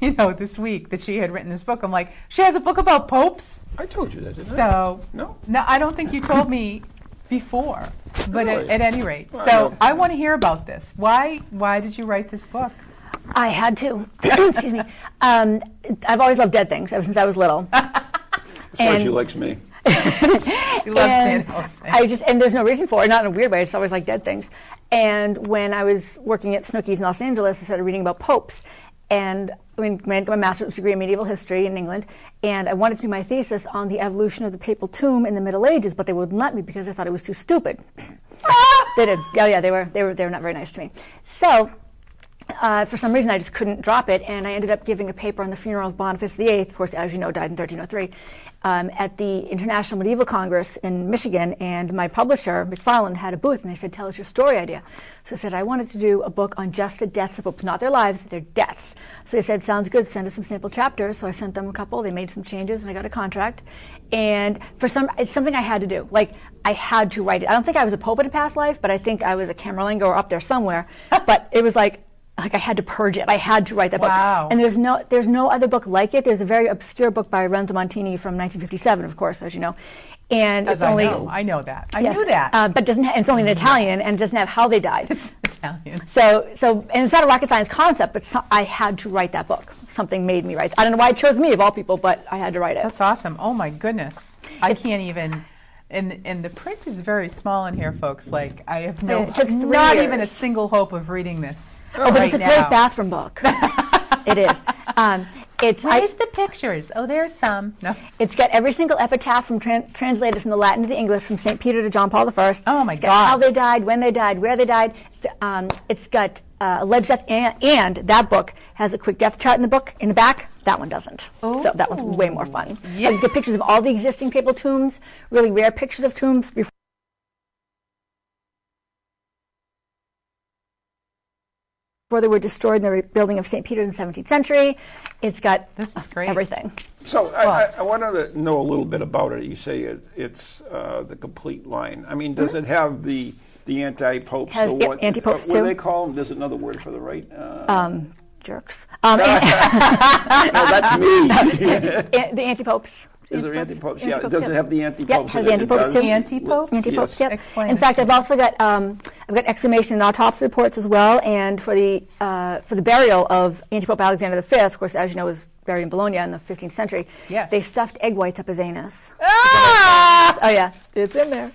F: you know, this week that she had written this book. I'm like, she has a book about popes.
E: I told you that, didn't I?
F: So
E: No.
F: no, I don't think you told me before. But at,
E: Really?
F: at any rate,
E: Well,
F: so
E: I
F: I want to hear about this. Why, why did you write this book?
G: I had to. Excuse me. Um, I've always loved dead things ever since I was little.
E: That's why she
G: and-
E: likes me.
F: She loves
G: And
F: Thanos.
G: I just and there's no reason for it, not in a weird way. I just always like dead things. And when I was working at Snooki's in Los Angeles, I started reading about popes. And I mean, I got my master's degree in medieval history in England, and I wanted to do my thesis on the evolution of the papal tomb in the Middle Ages, but they wouldn't let me because they thought it was too stupid. they did. Yeah, yeah, they were they were they were not very nice to me. So uh, for some reason, I just couldn't drop it, and I ended up giving a paper on the funeral of Boniface VIII, of course, as you know, died in 1303, um, at the International Medieval Congress in Michigan. And my publisher, McFarland, had a booth, and they said, "Tell us your story idea." So I said, "I wanted to do a book on just the deaths of popes, not their lives, their deaths." So they said, "Sounds good. Send us some sample chapters." So I sent them a couple. They made some changes, and I got a contract. And for some, it's something I had to do. Like I had to write it. I don't think I was a pope in a past life, but I think I was a Camerlingo or up there somewhere. but it was like like I had to purge it. I had to write that
F: Wow.
G: book. And there's no there's no other book like it. There's a very obscure book by Renzo Montini from 1957, of course, as you know. And
F: As
G: it's only
F: I know, I know that. I
G: Yes. Um,
F: knew that. Mm-hmm.
G: Uh, but doesn't ha- it's only in Italian and it doesn't have how they died.
F: Italian.
G: So, so, and it's not a rocket science concept, but so, I had to write that book. Something made me write. I don't know why it chose me of all people, but I had to write it.
F: That's awesome. Oh my goodness. I can't even. And and the print is very small in here, folks. Like I have no,
G: It took three
F: not even a
G: years.
F: single hope of reading this
G: oh, but
F: right
G: it's a
F: now.
G: great bathroom book. it is. Um, it's I,
F: Where's the pictures? Oh, there's some. No.
G: it's got every single epitaph from tran- translated from the Latin to the English, from St. Peter to John Paul I.
F: Oh, my
G: It's got how
F: God.
G: they died, when they died, where they died. It's, um, it's got uh, alleged death, and, and that book has a quick death chart in the book in the back. That one doesn't. So that one's way more fun.
F: Yeah.
G: It's got pictures of all the existing papal tombs, really rare pictures of tombs before. Before they were destroyed in the rebuilding of St. Peter in the 17th century, it's got
F: This is great.
G: everything.
E: So I, I, I want to know a little bit about it. You say it, it's uh, the complete line. I mean, does it have the the anti popes?
G: Has
E: the
G: a-
E: what, uh,
G: anti-popes
E: What do
G: too.
E: they call them? There's another word for the right. Uh,
G: Um, jerks. Um, and-
E: no, that's me.
G: An- the uh, anti-popes.
E: Is there anti-popes? Yeah,
G: Anti-popes,
E: does it
G: yeah.
E: have the anti-popes?
G: Yep, has
E: in
G: the
E: it?
G: anti-popes
E: It
G: too.
E: does?
F: Anti-popes?
G: Anti-popes,
E: Yes.
G: yep.
F: Explain
G: In
F: that
G: fact,
F: to
G: I've also got um, I've got exhumation and autopsy reports as well, and for the uh, for the burial of anti-pope Alexander V, of course, as you know, was buried in Bologna in the 15th century.
F: Yes.
G: They stuffed egg whites up his anus.
F: Ah!
G: Oh yeah, it's in there.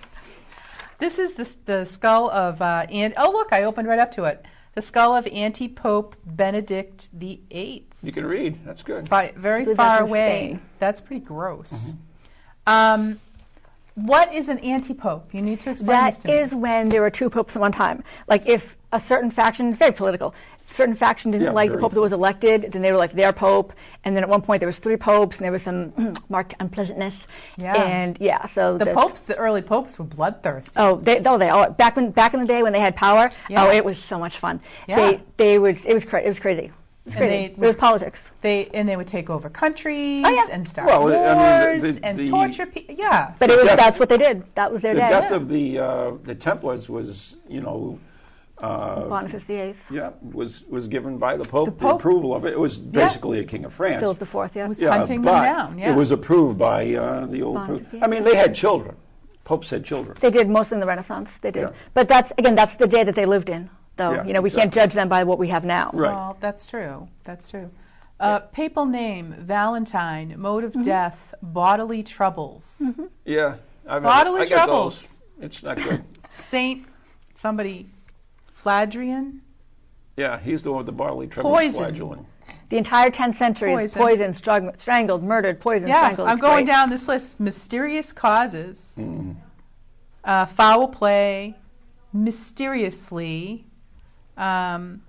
F: This is the, the skull of uh, and oh look, I opened right up to it. The skull of anti Pope Benedict the Eighth,
E: You can read. That's good.
F: by very
G: Believe
F: far
G: that's in
F: away.
G: Spain.
F: That's pretty gross. Um, what is an anti Pope? You need to explain this to
G: That
F: me.
G: is when there were two popes at one time. Like if a certain faction, it's very political, certain faction didn't
E: Yeah,
G: like the
E: very.
G: pope that was elected, then they were like their pope, and then at one point there was three popes, and there was some marked unpleasantness.
F: Yeah.
G: And yeah, so
F: the popes, the early popes, were bloodthirsty.
G: Oh, they, oh, they all back when back in the day when they had power.
F: Yeah.
G: Oh, it was so much fun.
F: Yeah.
G: They they was it was cra- it was crazy. It was
F: And
G: crazy.
F: they-
G: it was politics.
F: They and they would take over countries
G: Oh, yeah.
F: and start
E: Well,
F: wars
E: I mean, the- the-
F: and
E: the-
F: torture people. Yeah,
G: But it was
E: death-
G: that's what they did. That was their
E: The
G: day.
E: death of the uh, the Templars was, you know, uh,
G: Boniface VIII,
E: yeah, was was given by the Pope the,
F: Pope.
E: approval of it. It was basically a king of France.
G: Philip IV. Yeah.
F: was
E: Yeah,
F: hunting
E: but
F: them down. Yeah,
E: It was approved by uh, the old.
G: Bond,
E: Pro-
G: yeah.
E: I mean, they had children. Popes had children.
G: They did mostly in the Renaissance. They did.
E: Yeah.
G: But that's again that's the day that they lived in. Though
E: Yeah,
G: you know we can't
E: exactly.
G: judge them by what we have now.
E: Right.
F: Well, that's true. That's true. Uh, papal name, Valentine, mode
G: Mm-hmm.
F: of death, bodily troubles,
E: Yeah. I've
F: bodily
E: I got those.
F: troubles,
E: It's not good.
F: Saint, somebody, Fladrian,
E: yeah, he's the one with the bodily trouble.
F: Poison. Oh,
E: Flagellant.
G: The entire 10th century is
F: Poison.
G: poisoned, strung, strangled, murdered, poisoned,
F: yeah,
G: strangled.
F: I'm
G: It's
F: going
G: great.
F: down this list. Mysterious causes,
E: Mm-hmm.
F: uh, foul play, mysteriously. Um,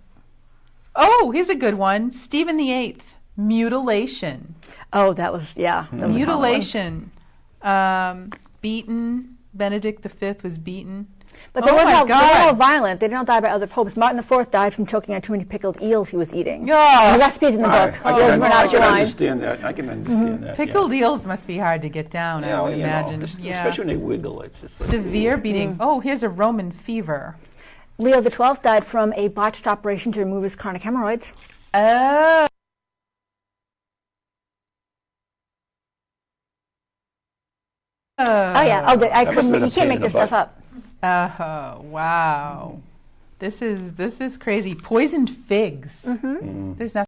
F: oh, here's a good one. Stephen the Eighth, mutilation,
G: Oh, that was yeah. that was a common one.
F: mutilation, um, beaten. Benedict the Fifth was beaten.
G: But they
F: Oh
G: weren't
F: my
G: all, they weren't
F: God.
G: all violent. They did not die by other popes. Martin IV died from choking on too many pickled eels he was eating.
F: Yeah.
G: The recipes in the
E: I, I
G: book.
E: can,
F: Oh,
G: Those
E: I
G: were
E: can
G: not your line.
E: understand that. I can understand that. yeah.
F: Pickled eels must be hard to get down,
E: Yeah,
F: Mm-hmm. I would
E: you know,
F: imagine.
E: es-
F: yeah.
E: Especially when they wiggle. It's just like,
F: Severe beating. Oh, here's a Roman fever.
G: Leo XII died from a botched operation to remove his chronic hemorrhoids.
F: Oh.
G: Oh, yeah. Oh, the, I
E: must have
G: couldn't.
E: been a pain
G: You can't make
E: in the
G: this stuff
E: butt.
G: up.
F: Oh, wow. This is this is crazy. Poisoned figs.
G: Mm-hmm.
E: Mm.
F: There's nothing.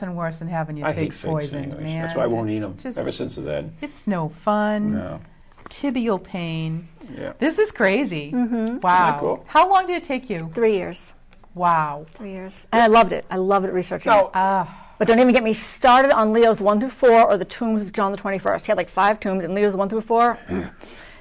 F: Nothing worse than having your
E: I hate
F: figs
E: figs
F: poisoned,
E: anyways.
F: man.
E: That's why I won't eat
F: It's
E: them
F: just-
E: ever since then.
F: it's no fun.
E: No.
F: Tibial pain.
E: Yeah.
F: This is crazy.
E: Isn't
G: Mm-hmm.
F: Wow.
E: that cool?
F: How long did it take you?
G: Three years.
F: Wow.
G: Three years. And I loved it. I loved it researching.
E: Now,
F: Ah,
G: But don't even get me started on Leo's 1 through 4 or the tombs of John the 21st. He had like five tombs, and Leo's 1 through 4,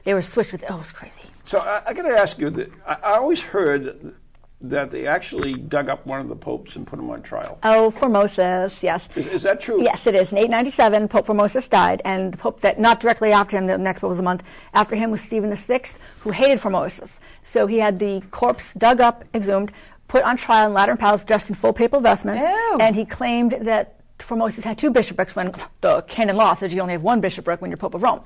G: they were switched with. Oh, it was crazy.
E: So I, I got to ask you, that I, I always heard that they actually dug up one of the popes and put him on trial.
G: Oh, Formosus, yes.
E: Is, is that true?
G: Yes, it is. In 897, Pope Formosus died, and the Pope that not directly after him, the next Pope was a month after him was Stephen VI, who hated Formosus. So he had the corpse dug up, exhumed, put on trial in Lateran Palace, dressed in full papal vestments,
F: Ew.
G: and he claimed that Formosus had two bishoprics when the canon law says you only have one bishopric when you're Pope of Rome.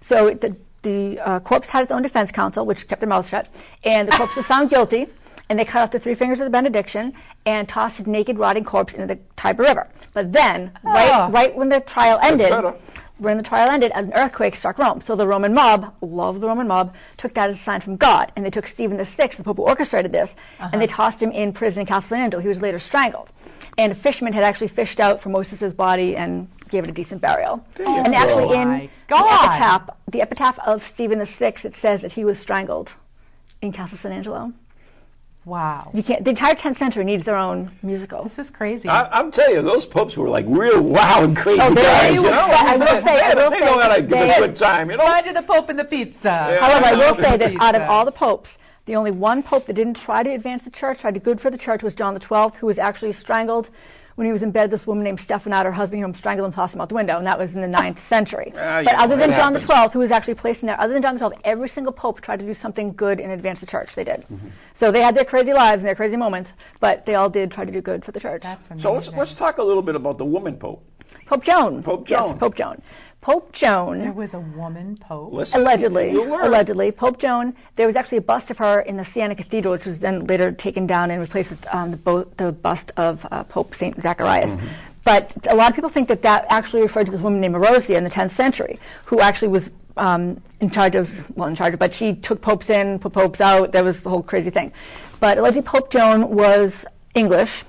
G: So the, the uh, corpse had its own defense counsel, which kept their mouths shut, and the corpse was found guilty. And they cut off the three fingers of the benediction and tossed his naked, rotting corpse into the Tiber River. But then,
F: Ah.
G: right, right when the trial ended,
E: better.
G: When the trial ended, an earthquake struck Rome. So the Roman mob, love the Roman mob, took that as a sign from God. And they took Stephen the Sixth, the Pope who orchestrated this, and
F: Uh-huh.
G: they tossed him in prison in Castellando. He was later strangled. And a fisherman had actually fished out from Moses' body and gave it a decent burial. and actually, in
F: my
G: the
F: God.
G: epitaph, the epitaph of Stephen the Sixth, it says that he was strangled in Castle San Angelo.
F: Wow.
G: You can't, the entire 10th century needs their own musical.
F: This is crazy.
E: I, I'm telling you, those popes were like real wow and crazy
G: they-
E: guys. You
G: they-
E: know,
G: I will say- I will
E: they
G: say
E: know how to give
G: they-
E: a good time. You know,
F: Why did the Pope and the pizza?
G: However, I will say that
F: Pizza.
G: out of all the popes, the only one pope that didn't try to advance the church, try to good for the church, was John the Twelfth, who was actually strangled when he was in bed. This woman named Stephanot, her husband, you know, strangled and tossed him out the window, and that was in the ninth century.
E: Ah, you
G: but
E: know,
G: other than
E: it
G: John the
E: happens.
G: Twelfth, who was actually placed in there, other than John the Twelfth, every single pope tried to do something good and advance the church. They did.
E: Mm-hmm.
G: So they had their crazy lives and their crazy moments, but they all did try to do good for the church.
F: That's amazing.
E: so let's let's talk a little bit about the woman pope.
G: Pope Joan.
E: Pope
G: Yes,
E: Joan.
G: Pope Joan. Pope Joan.
F: there was a woman Pope.
E: Listen,
G: Allegedly,
E: you learn.
G: allegedly, Pope Joan. There was actually a bust of her in the Siena Cathedral, which was then later taken down and replaced with um, the, bo- the bust of uh, Pope Saint Zacharias. But a lot of people think that that actually referred to this woman named Erosia in the 10th century, who actually was um, in charge of, well, in charge of, but she took popes in, put popes out. There was the whole crazy thing. But allegedly, Pope Joan was English,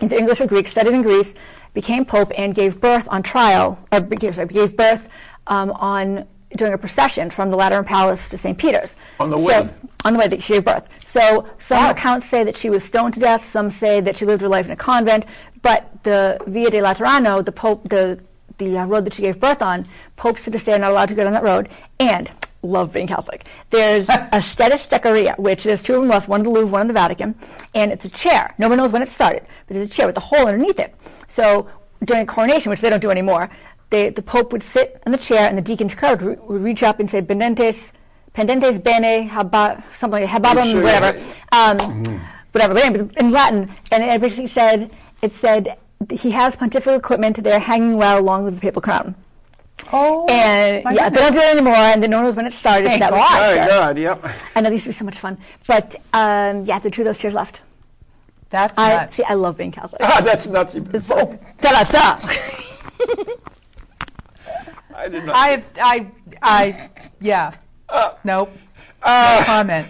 G: either English or Greek, studied in Greece, became pope, and gave birth on trial, or be- gave, sorry, gave birth um, on during a procession from the Lateran Palace to St. Peter's.
E: On the
G: So-
E: way.
G: on the way that she gave birth. So some accounts say that she was stoned to death. Some say that she lived her life in a convent. But the Via de Laterano, the pope, the the uh, road that she gave birth on, popes to this day are not allowed to go down that road. And love being Catholic. There's a Stetis Decaria, which there's two of them left, one in the Louvre, one in the Vatican, and it's a chair. No one knows when it started, but there's a chair with a hole underneath it. So during coronation, which they don't do anymore, they, the Pope would sit in the chair, and the deacon's clerk would, would reach up and say, Benentes, pendentes bene, haba, something like hababum,
E: sure Mm-hmm.
G: whatever,
E: you're
G: um, whatever. But anyway, in Latin, and it basically said, it said, he has pontifical equipment there hanging well along with the papal crown.
F: oh,
G: And
F: my
G: yeah, they don't do it anymore, and then no one knows when it started.
F: Thank
G: that was
F: God.
E: Oh,
G: sure.
E: my God, yep.
G: I know these would be so much fun, but um, yeah, there are two of those chairs left.
F: that's
G: I
F: nuts.
G: see. I love being Catholic.
E: Ah, that's nuts.
G: oh, da da da.
E: I did not.
F: I, I, I, yeah. nope.
E: Uh,
F: Comment.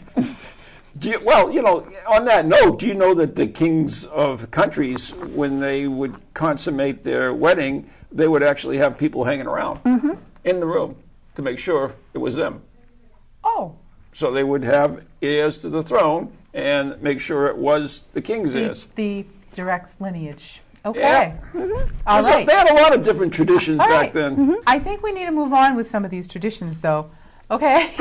E: Do you, well, you know, on that note, do you know that the kings of countries, when they would consummate their wedding, they would actually have people hanging around
F: Mm-hmm.
E: in the room to make sure it was them.
F: Oh,
E: So they would have heirs to the throne and make sure it was the king's
F: the,
E: heirs.
F: the direct lineage. Okay.
E: Yeah.
F: All
E: So
F: right.
E: they had a lot of different traditions
F: All
E: back
F: right. Mm-hmm.
E: then.
F: I think we need to move on with some of these traditions, though. Okay.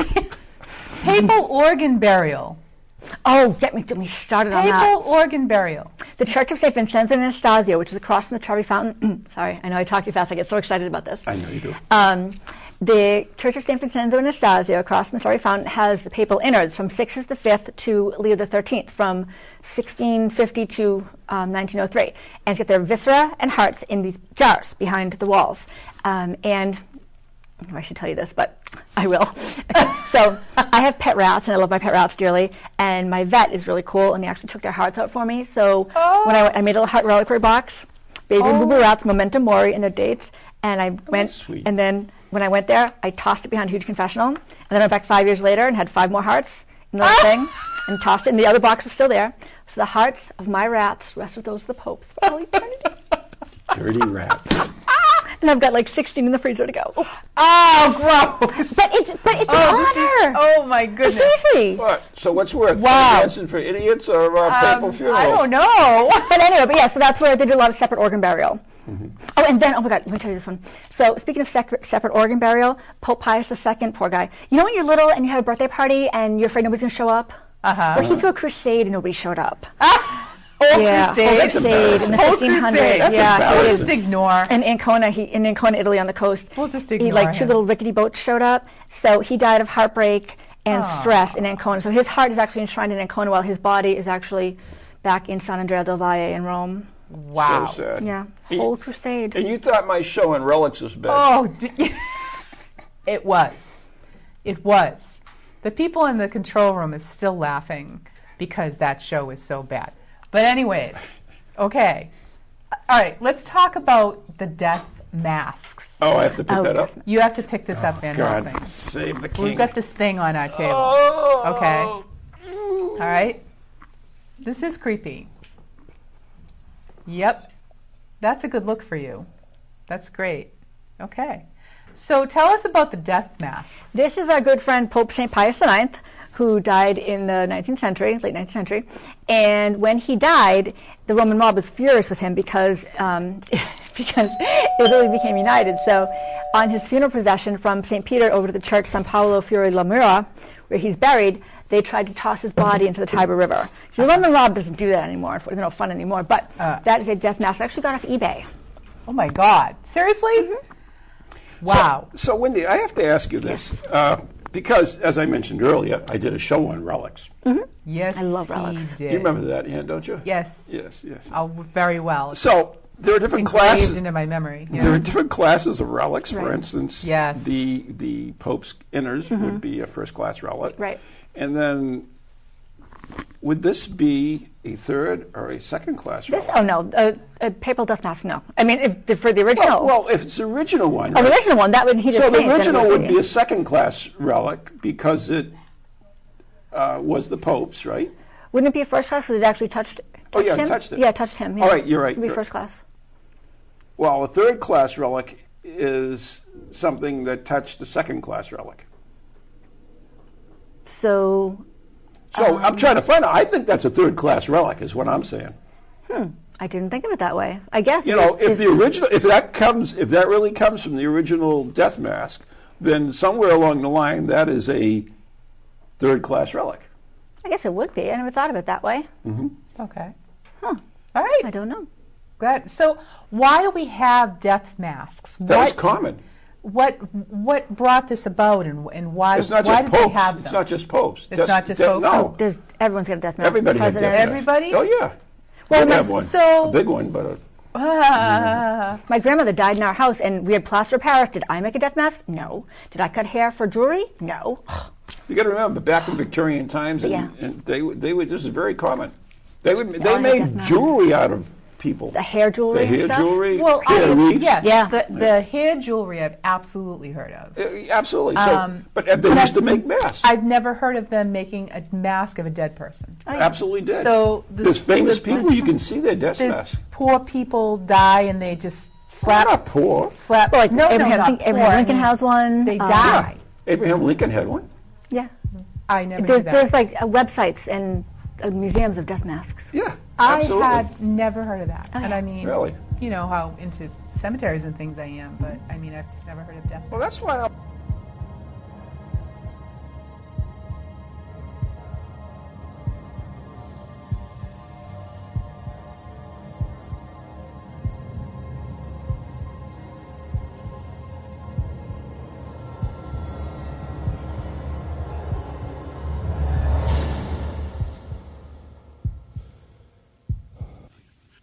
F: Papal organ burial.
G: oh, get me get me started on that.
F: Papal organ burial.
G: The Church of St. Vincenzo and Anastasia, which is across from the Trevi Fountain. Sorry, I know I talk too fast. I get so excited about this.
E: know you do.
G: Um, the Church of St. Vincenzo and Anastasia across from the Trevi Fountain has the papal innards from Sixtus the Fifth to Leo the Thirteenth, from 1650 to um, 1903, and it's got their viscera and hearts in these jars behind the walls. Um, and oh, I know I should tell you this, but I will. Okay, so I have pet rats, and I love my pet rats dearly. And my vet is really cool, and they actually took their hearts out for me. So when I, went- I made a little heart reliquary box, baby and boo boo rats, memento mori, and their dates. And I went,
E: sweet.
G: and then when I went there, I tossed it behind a huge confessional, and then I went back five years later and had five more hearts in the little thing, and tossed it, and the other box was still there. So the hearts of my rats rest with those of the popes for all eternity.
E: Dirty rats.
G: and I've got like 16 in the freezer to go.
F: Oh, gross.
G: But it's but it's
F: Oh,
G: an
F: this is-
G: honor.
F: oh my goodness.
G: Seriously.
E: What? So what's worth?
F: Wow.
E: Dancing for idiots or uh, papal
F: Um,
E: funeral?
F: I don't know.
G: But anyway, but yeah, so that's where they did a lot of separate organ burial. Oh, and then, oh my God, let me tell you this one. So, speaking of sec- separate organ burial, Pope Pius II, poor guy. You know when you're little and you have a birthday party and you're afraid nobody's going to show up?
F: Uh huh.
G: Or he threw a crusade and nobody showed up.
F: Oh,
G: yeah,
F: crusade.
G: whole crusade in the
F: Whole
G: 1500s.
F: crusade. That's
G: yeah, it
F: Just
G: is.
F: ignore.
G: In Ancona, he in Ancona, Italy, on the coast.
F: We'll just
G: he,
F: ignore
G: like two
F: him.
G: little rickety boats showed up. So he died of heartbreak and stress in Ancona. So his heart is actually enshrined in Ancona, while his body is actually back in San Andrea del Valle in Rome.
E: So
F: wow.
E: sad.
G: Yeah, whole crusade.
E: And you thought my show on relics was bad.
F: Oh, d- it was. It was. The people in the control room is still laughing because that show is so bad. But anyways, okay. All right, let's talk about the death masks.
E: Oh, I have to pick
G: Oh,
E: that up.
F: You have to pick this up, Van
E: Oh, God,
F: Helsing.
E: save the
F: We've
E: king.
F: got this thing on our table. Okay. All right. This is creepy. Yep. That's a good look for you. That's great. Okay. So tell us about the death masks.
G: This is our good friend Pope St. Pius IX, who died in the 19th century, late 19th century. And when he died, the Roman mob was furious with him because um, because Italy became united. So, on his funeral procession from St. Peter over to the church San Paolo Fiore la Mura, where he's buried, they tried to toss his body into the Tiber River. So the Roman mob doesn't do that anymore. It's no fun anymore. But
F: Uh.
G: that is a death mask. I actually got off eBay.
F: Oh my God. Seriously?
G: Mm-hmm.
F: Wow.
E: So, Wendy, I have to ask you this uh, because, as I mentioned earlier, I did a show on relics.
F: yes. I
G: love relics.
F: relics. He did.
E: You remember that, Ann, don't you?
F: Yes.
E: Yes, yes.
F: Oh, very well. It's
E: So there are different
F: engraved
E: classes.
F: into my memory.
E: There
F: Yeah.
E: are different classes of relics. For
G: Right.
E: instance,
F: Yes.
E: the the Pope's inners would be a first class relic.
G: Mm-hmm. Right.
E: And then, would this be a third or a second class
G: This?
E: relic?
G: Oh no, a, a papal death mask. No, I mean if, for the original.
E: well, well, if it's the original one.
G: Oh,
E: right?
G: the original one. That would he just
E: So
G: say it,
E: the
G: then it
E: original would be
G: be
E: a second class relic because it uh, was the Pope's, right?
G: Wouldn't it be a first class? Because it actually touched.
E: Oh, yeah, it
G: touched him?
E: touched him.
G: Yeah, touched him. Yeah.
E: All right, you're right,
G: It'd be
E: you're
G: first class.
E: Well, a third class relic is something that touched the second class relic.
G: So
F: Um,
E: So I'm trying to find out. I think that's a third class relic, is what I'm saying.
G: I didn't think of it that way. I guess.
E: You know, if the original, if that comes, if that really comes from the original death mask, then somewhere along the line, that is a third class relic.
G: I guess it would be. I never thought of it that way.
F: Okay.
G: Huh.
F: All
G: I
F: right.
G: don't know.
F: Good. So why do we have death masks?
E: That
F: what,
E: was common.
F: what what brought this about and and why
E: It's not
F: why
E: just
F: did
E: popes.
F: they have them?
E: It's not just popes.
F: It's not just popes?
E: No,
G: There's everyone's got a death mask.
E: everybody had death
G: President-
E: masks.
F: Everybody?
E: Oh yeah.
G: Well,
E: Did
G: my,
E: have one.
F: so-
E: a big one, but uh, a,
F: Ah.
G: my grandmother died in our house, and we had plaster of Paris. Did I make a death mask? No. Did I cut hair for jewelry? No.
E: you got to remember back in Victorian times, and,
G: Yeah.
E: and they would- they would this is very common. They would
G: I
E: they
G: had death
E: made
G: masks.
E: jewelry out of people.
G: The hair jewelry.
E: The
G: and
E: hair
G: stuff?
E: jewelry.
F: Well,
E: hair
F: I
E: wreaths.
F: yes,
G: Yeah.
F: the the hair jewelry I've absolutely heard of.
E: Uh, Absolutely. So,
F: Um,
E: but uh, they
F: but
E: used
F: I-
E: to make masks.
F: I've never heard of them making a mask of a dead person.
E: Absolutely did.
F: So
E: there's famous
F: this-
E: people you can see their death
F: this
E: masks.
F: poor people die and they just
E: They're
F: slap
E: not poor.
F: slap
G: Well, like
F: no
G: Abraham,
F: no
G: I
F: not
G: think
F: poor.
G: Abraham
F: I
G: Lincoln
F: mean,
G: has one.
F: they
G: um,
F: die.
E: Abraham Lincoln had one.
G: Yeah.
F: I never knew
G: There's,
F: that.
G: there's like uh, websites and uh, museums of death masks.
E: Yeah,
F: I
E: absolutely.
F: had never heard of that. And I mean,
E: Really?
F: you know how into cemeteries and things I am, but I mean, I've just never heard of death.
E: Well, that's why I